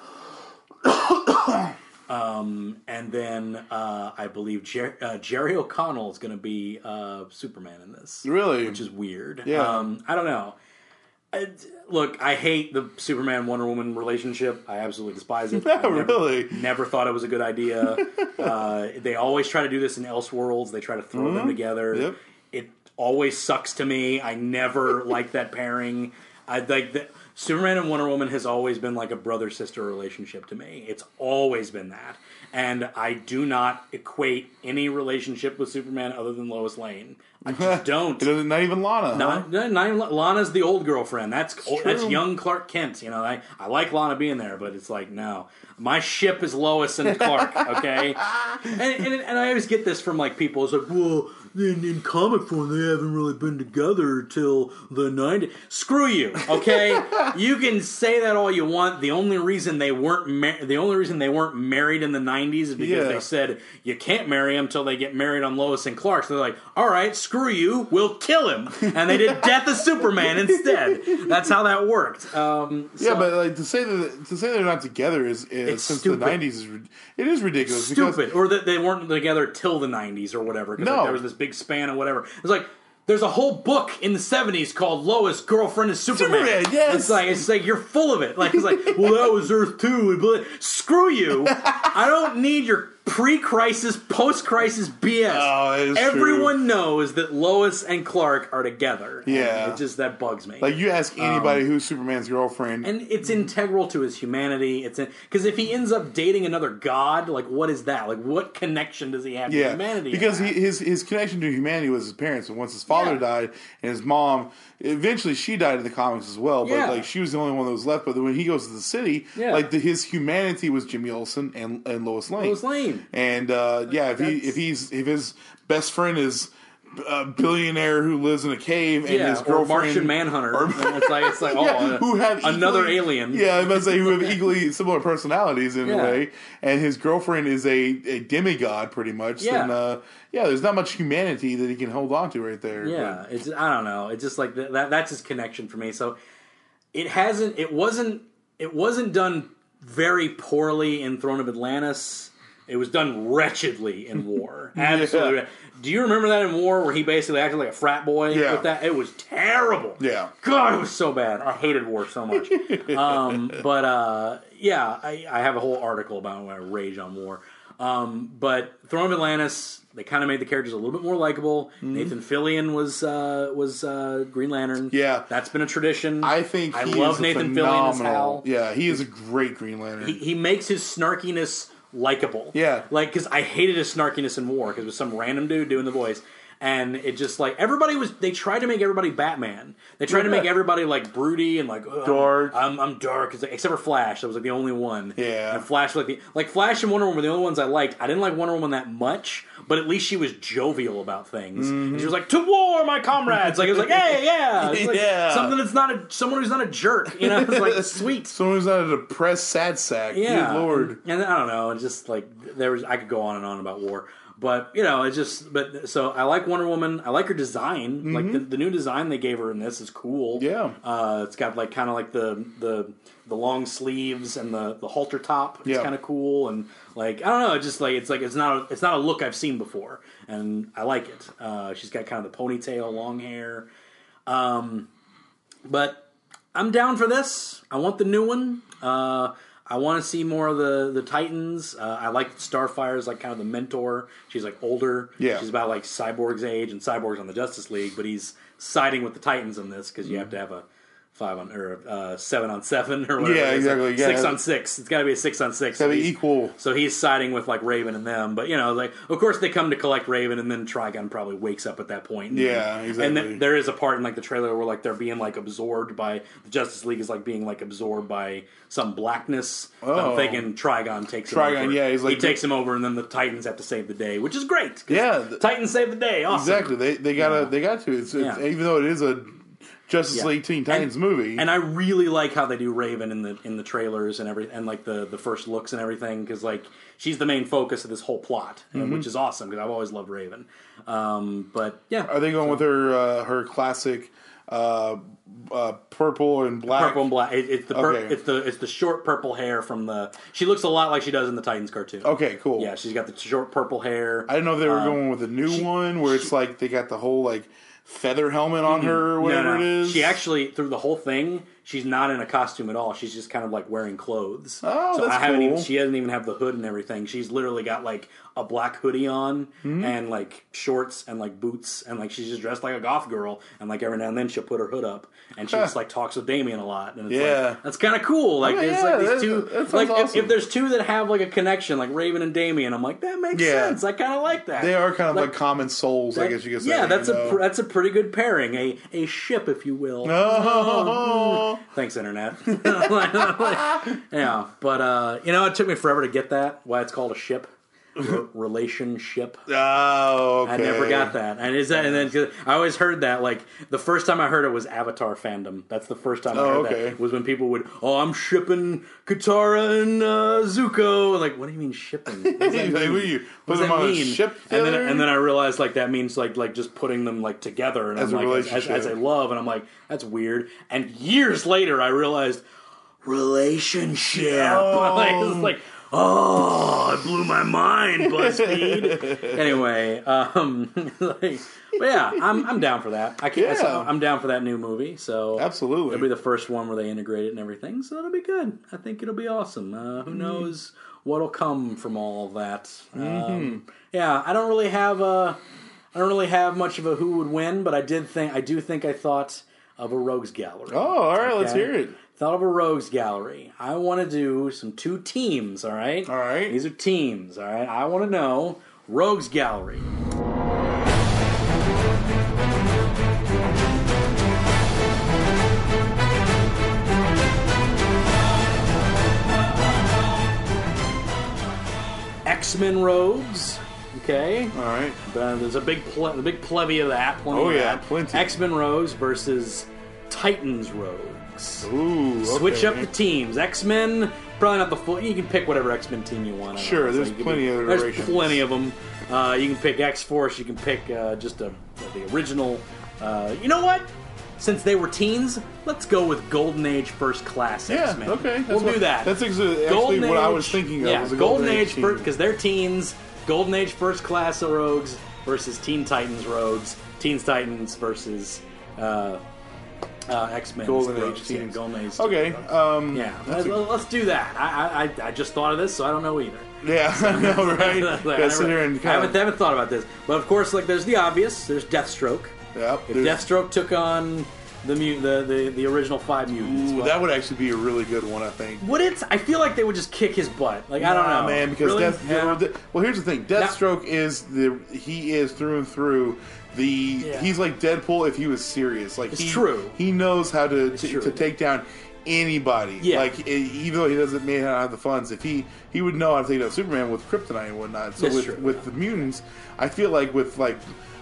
um, and then uh, I believe Jer- uh, Jerry O'Connell is going to be uh, Superman in this Really? which is weird. Yeah. Um, I don't know. I, look, I hate the Superman Wonder Woman relationship. I absolutely despise it. I never- really? Never thought it was a good idea. uh, they always try to do this in Elseworlds. They try to throw them together. Mm-hmm. Yep. It always sucks to me. I never like that pairing. I like the, Superman and Wonder Woman has always been like a brother sister relationship to me. It's always been that, and I do not equate any relationship with Superman other than Lois Lane. I just don't. It doesn't- not even Lana. huh? Not, not, not even- Lana's the old girlfriend. That's old, that's Uh-huh. true. young Clark Kent. You know, I, I like Lana being there, but it's like no, my ship is Lois and Clark. Okay, and, and and I always get this from like people. It's like, well, in, in comic form, they haven't really been together till the 90s. Screw you. Okay, you can say that all you want. The only reason they weren't mar- the only reason they weren't married in the nineties is because Yeah. they said you can't marry him until they get married on Lois and Clark. So they're like, all right, screw you, we'll kill him. And they did Death of Superman instead. That's how that worked. Um, so- Yeah, but like to say that to say they're not together is, is It's since stupid. the '90s is rid- it is ridiculous. because- stupid, or that they weren't together till the '90s or whatever. 'cause, like, No. there was this big span and whatever. It's like there's a whole book in the '70s called "Lois, Girlfriend of Superman." Superman, yes. It's like it's like you're full of it. Like it's like, well, that was Earth Two, and blah. screw you. I don't need your pre-crisis, post-crisis BS. Oh, that is Everyone true. knows that Lois and Clark are together. and Yeah. it just that bugs me. Like you ask Um, anybody who's Superman's girlfriend, and it's integral to his humanity. It's because if he ends up dating another god, like what is that? Like what connection does he have to yeah, humanity? because he, his his connection to humanity was his parents. And once his father Yeah. died, and his mom, eventually she died in the comics as well. But Yeah. like she was the only one that was left. But when he goes to the city, Yeah. like the, his humanity was Jimmy Olsen and and Lois Lane. Lois Lane. And uh, yeah, if he that's- if he's if his best friend is a billionaire who lives in a cave and yeah, his or girlfriend Martian Manhunter. or- And it's like it's like oh, yeah, uh, who have another equally- alien. Yeah, I must say who have equally similar personalities in Yeah. a way, and his girlfriend is a, a demigod pretty much. Yeah. Then, uh, yeah, there's not much humanity that he can hold on to right there. Yeah, it's I don't know. It's just like th- that. That's his connection for me. So it hasn't. It wasn't. It wasn't done very poorly in Throne of Atlantis. It was done wretchedly in War. Absolutely. Do you remember that in War where he basically acted like a frat boy Yeah. with that? It was terrible. Yeah. God, it was so bad. I hated War so much. um, but uh, yeah, I, I have a whole article about my rage on War. Um, but Throne of Atlantis, they kind of made the characters a little bit more likable. Mm-hmm. Nathan Fillion was uh, was uh, Green Lantern. Yeah. that's been a tradition. I think I he love is a Nathan Fillion as phenomenal. Hal. Yeah, he is a great Green Lantern. He, he makes his snarkiness likable. Yeah. like because I hated his snarkiness in War because it was some random dude doing the voice. And it just like everybody was. They tried to make everybody Batman. They tried to make Yeah. everybody like broody and like "Ugh, Dark. I'm, I'm dark, It's like- except for Flash. That was like the only one. Yeah. and Flash like the like Flash and Wonder Woman were the only ones I liked. I didn't like Wonder Woman that much, but at least she was jovial about things. And Mm-hmm. she was like, "To war, my comrades!" Like it was like, "Hey, yeah, It's like Yeah. something that's not a someone who's not a jerk." You know, it's like sweet. Someone who's not a depressed sad sack. Yeah, Good lord. And, and I don't know. It's just like there was. I could go on and on about war, but you know, it's just. But so I like Wonder Woman. I like her design. Like the, the new design they gave her in this is cool. Mm-hmm. Yeah. uh, it's got like kind of like the the the long sleeves and the the halter top. It's Yeah. kind of cool and like I don't know. It's just like it's like it's not a, it's not a look I've seen before, and I like it. Uh, she's got kind of the ponytail, long hair, um, but. I'm down for this. I want the new one. Uh, I want to see more of the the Titans. Uh, I like Starfire's like kind of the mentor. She's like older. Yeah. she's about like Cyborg's age, and Cyborg's on the Justice League, but he's siding with the Titans in this because you have to have a five on or uh, seven on seven or whatever. Yeah, it is. exactly. You gotta Six have- on six. It's got to be a six on six. Gotta So be he's- equal. So he's siding with like Raven and them, but you know, like of course they come to collect Raven, and then Trigon probably wakes up at that point. And Yeah, And exactly. th- there is a part in like the trailer where like they're being like absorbed by the Justice League is like being like absorbed by some blackness. So I'm Oh. thinking Trigon takes Trigon, Him over. yeah, he's he like- takes him over, and then the Titans have to save the day, which is great. 'cause Yeah, th- Titans save the day. Awesome. Exactly. They they gotta they got to. It's, it's Yeah. even though it is a Justice Yeah. League Teen Titans And- movie. And I really like how they do Raven in the in the trailers and every and like the the first looks and everything because like she's the main focus of this whole plot, uh, Mm-hmm. which is awesome because I've always loved Raven. Um, but yeah, Are they going with her uh, her classic uh, uh, purple and black? purple and black. It, it's the pur- Okay. it's the it's the short purple hair from the. She looks a lot like she does in the Titans cartoon. Okay, cool. Yeah, she's got the short purple hair. I didn't know if they Um, were going with a new one where it's like they got the whole like feather helmet on her or Mm-hmm. No, whatever no, no. it is. She actually through the whole thing, she's not in a costume at all. She's just kind of like wearing clothes. Oh, so that's I haven't even cool. she doesn't even have the hood and everything. She's literally got like a black hoodie on Hmm. and like shorts and like boots and like she's just dressed like a goth girl and like every now and then she'll put her hood up and she just like talks with Damien a lot and it's Yeah. like that's kind of cool. Like Oh, there's yeah, like these that- two that sounds like if- if, awesome. there's two that have like a connection like Raven and Damien, I'm like that makes Yeah. sense. I kind of like that. they are kind of like, common souls, I guess you could say. Yeah, that's you a know? pr- that's a pretty good pairing. A a ship, if you will. Oh, Thanks, internet. yeah, but uh, you know, it took me forever to get that. Why it's called a ship, Re- relationship. Oh, okay. I never got that. And is that? And then 'cause I always heard that. Like the first time I heard it was Avatar fandom. That's the first time I Oh, heard okay. that was when people would, oh, I'm shipping Katara and uh, Zuko. Like, what do you mean shipping? What does that Like, mean? what do you- What put does them that on a mean? ship and then together? and then I realized like that means like like just putting them like together and As I'm a like as, as relationship. a love and I'm like that's weird. And years later I realized relationship. Oh. Like, it's like oh, it blew my mind, BuzzFeed. anyway, um, like, but yeah, I'm I'm down for that. I can't, Yeah. I'm down for that new movie. So Absolutely. it'll be the first one where they integrate it and everything. So that'll be good. I think it'll be awesome. Uh, who knows what'll come from all that. Um, yeah, I don't really have a, I don't really have much of a who would win, but I did think I do think I thought of a rogues gallery. Oh, all right, let's Okay. hear it. Thought of a rogues gallery. I want to do some two teams. All right. All right. These are teams. All right. I want to know rogues gallery. X Men rogues. Okay. All right. Uh, there's a big ple- the big plebby of that. Plenty Oh, of yeah, that. plenty. X Men rogues versus Titans rogues. Ooh. okay. Switch up the teams. X Men, probably not the full. You can pick whatever X Men team you want. I don't Sure, know. there's you can plenty be- of There's iterations. plenty of them. Uh, you can pick X Force. You can pick uh, just a, the original. Uh, you know what? Since they were teens, let's go with Golden Age First Class Yeah, X Men. okay, that's we'll what- do that. that's exa- actually what I was thinking of, Yeah, was a Golden, Golden Age Age team. because they're teens. Golden Age First Class Rogues versus Teen Titans Rogues. Teens Titans versus. Uh, uh, X Men. Golden Age yeah, teams. Golden Age. Okay. teams. Um, Yeah, let's, that's a- let's do that. I, I- I I just thought of this, so I don't know either. yeah. I know, right? Like, I, Gotta sit never- here and I haven't, kind I of. haven't thought about this, but of course, like there's the obvious. There's Deathstroke. Yep, If there's- Deathstroke took on the mu- the, the the original five mutants, Ooh, but- that would actually be a really good one, I think. would it? I feel like they would just kick his butt. Like I don't Nah, know, man. Because really? Death, Yeah. well, the- well, here's the thing. Deathstroke is the he is through and through the Yeah. he's like Deadpool if he was serious. Like It's he, true. He knows how to to, true. to take down anybody. Yeah. Like e- even though he doesn't may not have the funds, if he he would know how to take down Superman with Kryptonite and whatnot. So That's with true, with yeah. the mutants, I feel like with like.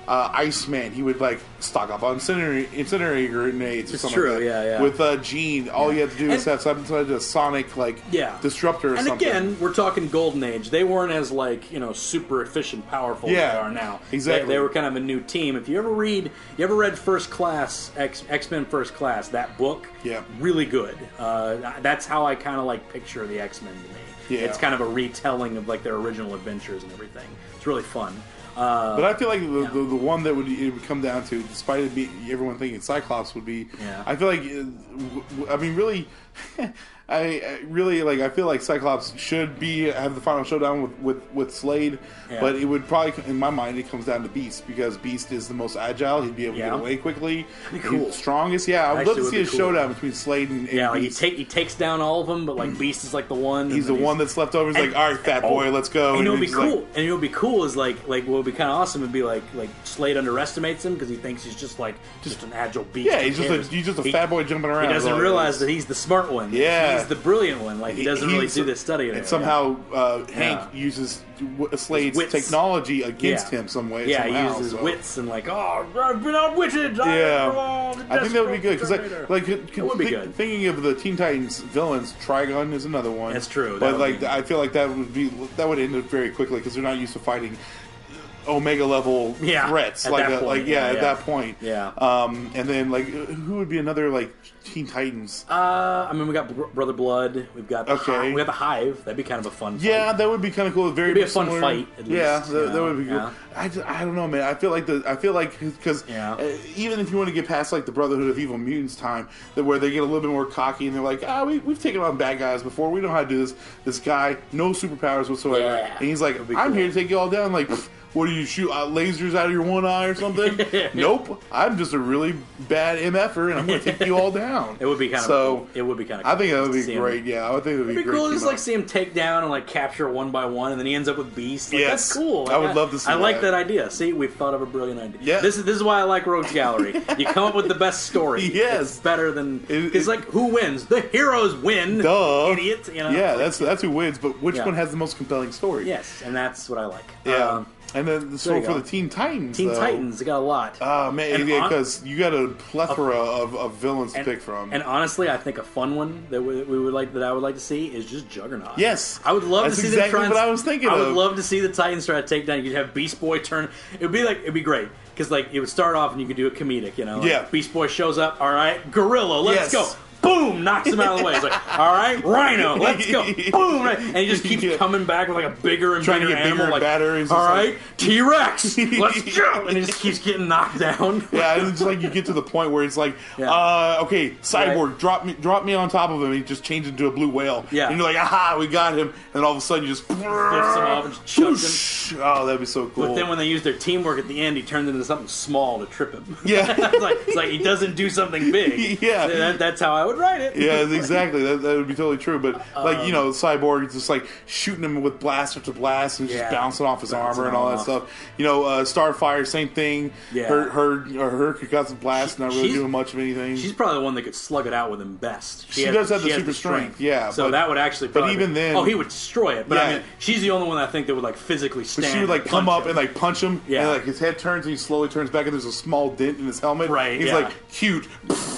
Uh, Iceman, he would like stock up on incendiary, incendiary grenades or It's something true, like that. yeah, yeah. With uh, Gene, all you have to do is And- have some sort of sonic like Yeah. disruptor or and something. again, we're talking Golden Age. They weren't as like you know super efficient, powerful as Yeah, they are now. exactly. They, they were kind of a new team. If you ever read, you ever read First Class X X Men First Class that book? Yeah. really good. Uh, that's how I kind of like picture the X Men to me. Yeah. it's kind of a retelling of like their original adventures and everything. It's really fun. Uh, But I feel like the, the, the one that would it would come down to, despite it be everyone thinking Cyclops would be, Yeah. I feel like, uh, w- w- I mean, really, I, I really like. I feel like Cyclops should be have the final showdown with with, with Slade, Yeah. but it would probably, in my mind, it comes down to Beast because Beast is the most agile. He'd be able Yeah. to get away quickly. That'd be He's cool. the strongest. Yeah, I would Actually love to would see be a cool. showdown between Slade and, and Yeah, like he Beast. take he takes down all of them, but like Beast is like the one. and He's the then one that's left over. He's and- Oh. like, all right, fat boy, let's go. And it would be he's like- cool. and it would be cool is like like what would be kind of awesome would be like like Slade underestimates him because he thinks he's just like just an agile beast. yeah, who he's just cares. a, he's just a He- fat boy jumping around. He is doesn't all it realize is. that he's the smart one. Yeah. he's the brilliant one. Like he doesn't really he's- do this study. And area. somehow uh, Hank Yeah. uses w- Slade's wits. technology against Yeah. him some way. Yeah, somehow, he uses so. wits and like, oh, I've been outwitted. I am, Yeah, oh, the I think that would be good because Deathstroke like, like could- could It would be think- good. thinking of the Teen Titans villains, Trigon is another one. That's true, that But would like, be- I feel like that would be that would end up very quickly because they're not used to fighting Omega level Yeah, threats at like that that. point, Like yeah, yeah, at yeah. that point. Yeah. Um, and then like, who would be another like Teen Titans? Uh, I mean, we got Br- Brother Blood. We've got the Okay. Hi- we got the Hive. That'd be kind of a fun. Yeah, fight. that would be kind of cool. Very It'd be a fun similar. fight, at yeah, least, that, you that know? would be cool. Yeah. I, just- I don't know, man. I feel like the I feel like because Yeah. uh, even if you want to get past like the Brotherhood of Evil Mutants time, that where they get a little bit more cocky and they're like, ah, we, we've taken on bad guys before. We know how to do this. This guy, no superpowers whatsoever, Yeah. and he's like, be I'm cool. here to take you all down. Like. "Pfft, What do you shoot uh, lasers out of your one eye or something? nope, I'm just a really bad mf'er and I'm going to take you all down. it would be kind of. so. cool. It would be kind of. I think that would be See him- great. Yeah, I think it would be, It'd be great. cool to just team-up. like see him take down and like capture one by one, and then he ends up with Beast. Like, that's Yes. cool. I would love to see I like that. that idea. See, we've thought of a brilliant idea. Yeah. this is this is why I like Rogues Gallery. you come up with the best story. Yes. it's better than It- it's it- like who wins? The heroes win. Duh. idiots. You know. Yeah, that's that's who wins. But which Yeah. one has the most compelling story? yes, and that's what I like. yeah. Um, and then the story you for go. the Teen Titans. Teen though, Titans. They got a lot. Oh man, And on- because you got a plethora of, of villains to pick from. And honestly, I think a fun one that we, we would like that I would like to see is just Juggernaut. Yes. I would love That's to see exactly them try. and- what I was thinking I would of. love to see the Titans try to take down. You'd have Beast Boy turn. It would be like it'd be great because like it would start off and you could do a comedic, you know. like, Yeah. Beast Boy shows up. All right, Gorilla, let's Yes. go. Boom! boom, knocks him out of the way. It's like, all right, Rhino, let's go, boom, right. and he just keeps Yeah. coming back with like a bigger and Trying to bigger get bigger animal. and like, badder, he's all just like- right, T Rex, let's go, and he just keeps getting knocked down. Yeah, and it's like you get to the point where it's like, Yeah. uh, okay, cyborg, drop me, drop me on top of him. And he just changed into a blue whale. Yeah. and you're like, aha, we got him. And all of a sudden, you just lifts him up and just chucks Oh, that'd be so cool. But then when they use their teamwork at the end, he turns into something small to trip him. yeah, it's, like, it's like he doesn't do something big. Yeah. That- that's how I would write it. yeah, exactly. That, that would be totally true. But like you Um, know, cyborg is just like shooting him with blaster to blast and just Yeah. bouncing off his Bouncing armor and all that off. stuff. You know, uh, Starfire, same thing. Yeah. her her uh, her concussive blast, not really she's- doing much of anything. She's probably the one that could slug it out with him best. She does have the has super strength, yeah, So but- that would actually. but probably- even then- oh, he would destroy it. But I Yeah. mean, she's the only one I think that would like physically stand. But she would like and come punch up him. and like punch him, Yeah. and like his head turns, and he slowly turns back, and there's a small dent in his helmet. Right, He's yeah. like cute.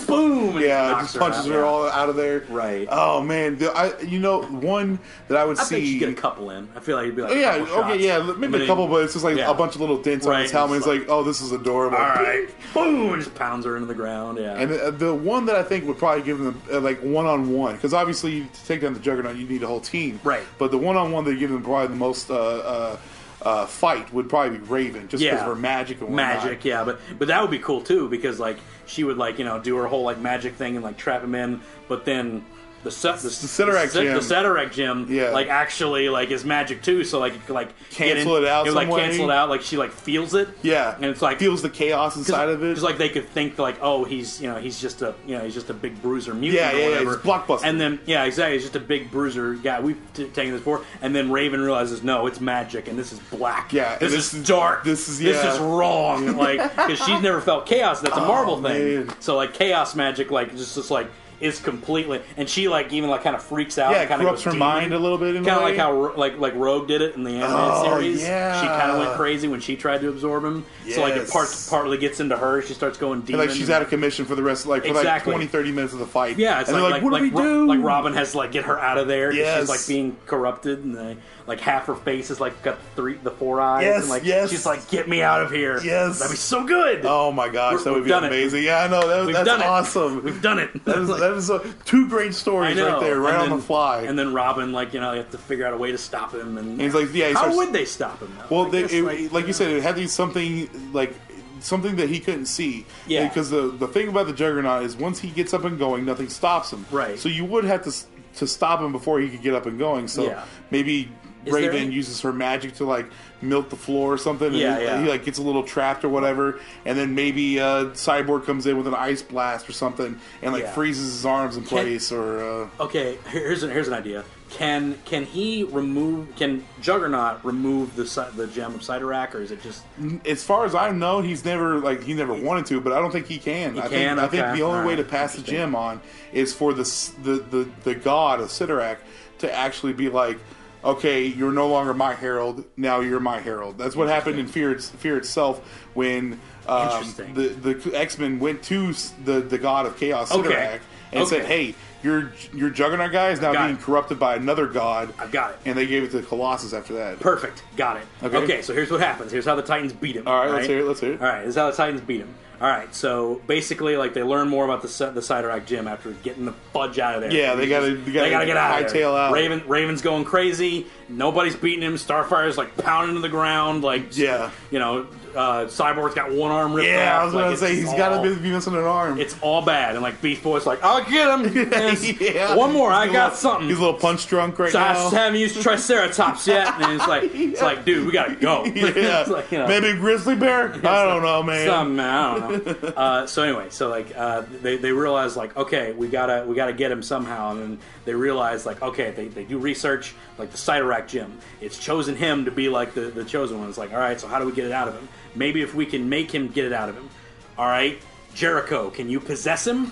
boom. And Yeah, knocks just punches out, her, yeah. all out of there. Right. Oh man, the, I you know one that I would I see. think she'd get a couple in. I feel like it'd be like. Oh, a yeah, couple shots. okay, yeah, maybe And then a couple, but it's just like yeah. a bunch of little dents on Right, his helmet. it's It's like, oh, this is adorable. All right, boom, and just pounds her into the ground. Yeah. And uh, the, the one that I think would probably give them uh, like one on one, because obviously to take down the Juggernaut, you need a whole team. Right. But the one on one that give them probably the most uh, uh, uh, fight would probably be Raven, just because Yeah. of her magic and whatnot. magic yeah but but that would be cool too because like she would like you know do her whole like magic thing and like trap him in but then the set the, Ceterac the, gem. the Ceterac gem Yeah. like actually like is magic too so like it could, like get Cancel in, it out would, like some way. cancel it out like she like feels it Yeah, and it's like feels the chaos inside of it. because like they could think like, oh, he's you know he's just a you know he's just a big bruiser mutant Yeah, or yeah, yeah, whatever. he's Blockbuster. And then yeah, exactly. He's just a big bruiser guy. We've t- taken this before. And then Raven realizes, no, it's magic, and this is black. Yeah, and this, this is is- dark. this is- this yeah. Oh, is wrong. Like because she's never felt chaos. That's a Marvel thing. man. So like chaos magic, like just just like is completely and she like even like kind of freaks out. Yeah, and it kind corrupts her mind a little bit in a Kind of way. like how Ro- like like Rogue did it in the animated Oh, series. yeah. She kind of went crazy when she tried to absorb him. So like it Yes. parts partly gets into her. She starts going deep. And, like she's out of commission for the rest, like for Exactly. like 20, 30 minutes of the fight. yeah, it's and like, like, they're like, what do like we Ro- do? like Robin has to like get her out of there. 'cause She's Yes. like being corrupted, and they, like half her face is like got three, the four eyes. Yes, and, like, yes. She's like, get me out of here. Yes. that'd be so good. Oh my gosh, We're- that we've would be done it. amazing. Yeah, I know that, We've that's done it. awesome. We've done it. That is, that is uh, two great I stories know. right there, right And on then- the fly. And then Robin, like you know, they have to figure out a way to stop him. And, he's like, yeah, he how starts- would they stop him? Though? Well, I they, guess, it, like, you said, it had to be something like something that he couldn't see. Yeah. Because the the thing about the Juggernaut is once he gets up and going, nothing stops him. Right. So you would have to s- to stop him before he could get up and going. So Yeah. maybe. Is there Raven any- uses her magic to like melt the floor or something. and Yeah, he, yeah. he, like gets a little trapped or whatever, and then maybe uh, Cyborg comes in with an ice blast or something, and like Yeah. freezes his arms in place. Or uh, Okay, here's an, here's an idea. Can can he remove? Can Juggernaut remove the si- the gem of Sidorak, or is it just? as far as I know, he's never like he never wanted to, but I don't think he can. I think can? I think Okay. the only way to Alright. pass the gem on is for the s- the the, the god of Sidorak to actually be like, okay, you're no longer my herald. Now you're my herald. That's what happened in Fear Fear itself when um, Interesting. the the X Men went to s- the the god of chaos Sidorak Okay. and said, Okay. hey. Your, your juggernaut guy is now Got being it. corrupted by another god. I've got it. And they gave it to Colossus after that. Perfect. Got it. Okay. Okay. so here's what happens. Here's how the Titans beat him. All right, let's hear it, let's hear it. All right, this is how the Titans beat him. All right, so basically, like they learn more about the Si- the Sidorak gym after getting the fudge out of there. Yeah, they gotta- They they gotta, gotta get out. of there. hightail out. Raven Raven's going crazy. Nobody's beating him. Starfire's like pounding to the ground. Like Yeah. you know, uh, Cyborg's got one arm ripped Yeah, off. I was like, gonna it's say he's all- got to be missing an arm. it's all bad. And like Beast Boy's like, I'll get him. And it's, Yeah. One more, I He's a got little- something. He's a little punch drunk right so I now. just haven't used Triceratops yet, and it's like, it's like, dude, we gotta go. yeah. it's like, you know, Maybe grizzly bear. I don't know, man. Some, I don't know. uh, so anyway, so like uh, they they realize like okay, we gotta we gotta get him somehow, and then they realize like okay, they, they do research like the Cytorak gym. It's chosen him to be like the the chosen one. It's like all right, so how do we get it out of him? Maybe if we can make him get it out of him. All right, Jericho, can you possess him?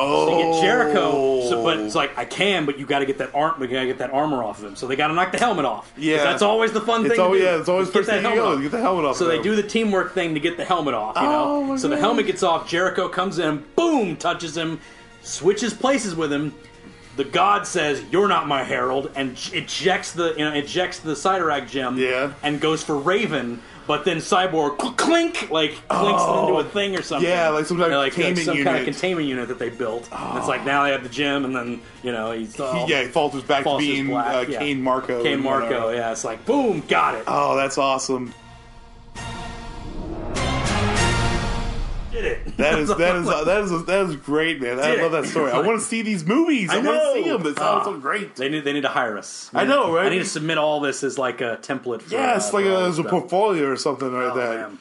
Oh, to get Jericho. So, but it's like I can, but you got to get that arm. We got to get that armor off of him. So they got to knock the helmet off. 'Cause Yeah. that's always the fun It's thing. al- to do. yeah, it's always Just first thing you go, off. get the helmet off So of they him. do the teamwork thing to get the helmet off. You Oh, know, my so the God. helmet gets off. Jericho comes in, boom, touches him, switches places with him. the god says you're not my herald and j- ejects the you know ejects the Cyrac gem Yeah. and goes for Raven. But then Cyborg cl- clink like clinks it into a thing or something. Oh. Yeah, like some kind of They're like, containment some kind of unit. Oh. containment unit that they built. It's like now they have the gem, and then you know he's all, He, yeah, he falters back um, Falls to is being black, uh, yeah. Kane Marco. Kane and uh, Marco. whatever. Yeah, it's like boom, got it, Oh, that's awesome. did it. That is that is that is that is great, man. I Did love it. that story. I want to see these movies. I, I want know. to see them. It sounds so Ah. great. They need they need to hire us. I know, right? I need to submit all this as like a template. For, Yes, uh, like for a, all as a this stuff. portfolio or something like that. Oh, Man.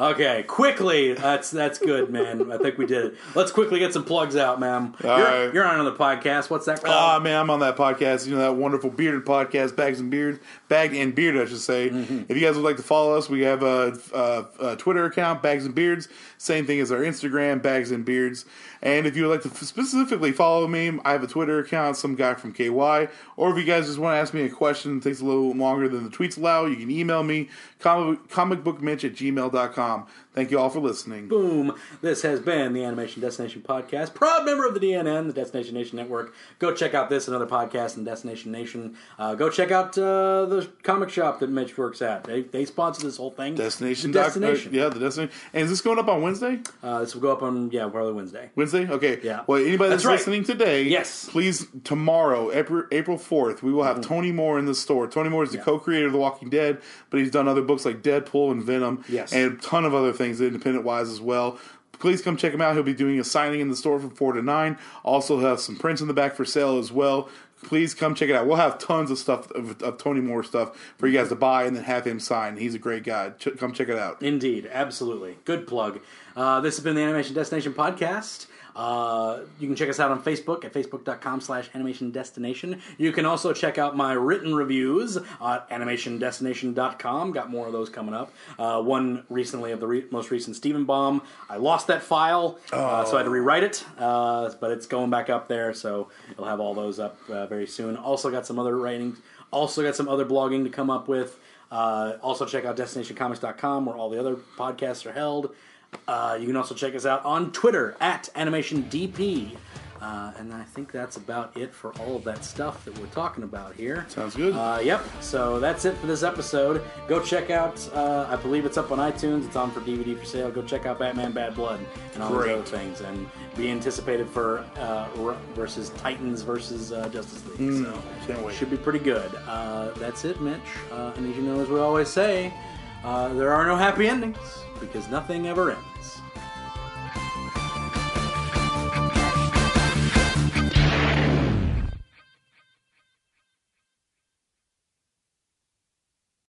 Okay, quickly. That's that's good, man. I think we did it. Let's quickly get some plugs out, ma'am. You're, right. you're on another podcast. What's that Ah, called? man, I'm on that podcast. You know that wonderful bearded podcast, bags and beards, bagged and beard, I should say. Mm-hmm. If you guys would like to follow us, we have a, a, a Twitter account, bags and beards. Same thing as our Instagram, bags and beards. And if you would like to f- specifically follow me, I have a Twitter account, some guy from KY. Or if you guys just want to ask me a question that takes a little longer than the tweets allow, you can email me comic comicbookmitch at gmail.com. Thank you all for listening. Boom. This has been the Animation Destination Podcast, proud member of the DNN, the Destination Nation Network. Go check out this and other podcasts in Destination Nation. Uh, go check out uh, the comic shop that Mitch works at. They, they sponsor this whole thing. Destination. The doc- uh, Destination. yeah, the destination. And is this going up on Wednesday? Uh, this will go up on, yeah, probably Wednesday. Wednesday? Okay. Yeah. Well, anybody That's that's, right. listening today, Yes. Mm-hmm. please, tomorrow, April, April 4th, we will have Tony Moore in the store. Tony Moore is the co creator of The Walking Dead, but he's done other books like Deadpool and Venom Yes. and a ton of other things, independent wise as well. Please come check him out. He'll be doing a signing in the store from 4 to 9. Also, have some prints in the back for sale as well. Please come check it out. We'll have tons of stuff of, of Tony Moore stuff for you guys to buy and then have him sign. He's a great guy. Ch- come check it out. Indeed, absolutely. Good plug. Uh, this has been the Animation Destination Podcast. Uh, you can check us out on Facebook at facebook.com slash animation destination. You can also check out my written reviews at animationdestination.com. Got more of those coming up. Uh, one recently of the re- most recent Steven Bomb. I lost that file, uh, so I had to rewrite it, uh, but it's going back up there, so you'll have all those up uh, very soon. Also got some other writings, also got some other blogging to come up with. Uh, also, check out destinationcomics.com where all the other podcasts are held. Uh, you can also check us out on Twitter at animationdp. Uh, and I think that's about it for all of that stuff that we're talking about here. Sounds good. Uh, yep. So that's it for this episode. Go check out. Uh, I believe it's up on iTunes. It's on for DVD for sale. Go check out Batman: Bad Blood and all Great. those other things, and be anticipated for uh, Ru- versus Titans versus uh, Justice League. Hmm. so can't wait. should be pretty good. Uh, that's it, Mitch. Uh, and as you know, as we always say, uh, there are no happy endings because nothing ever ends.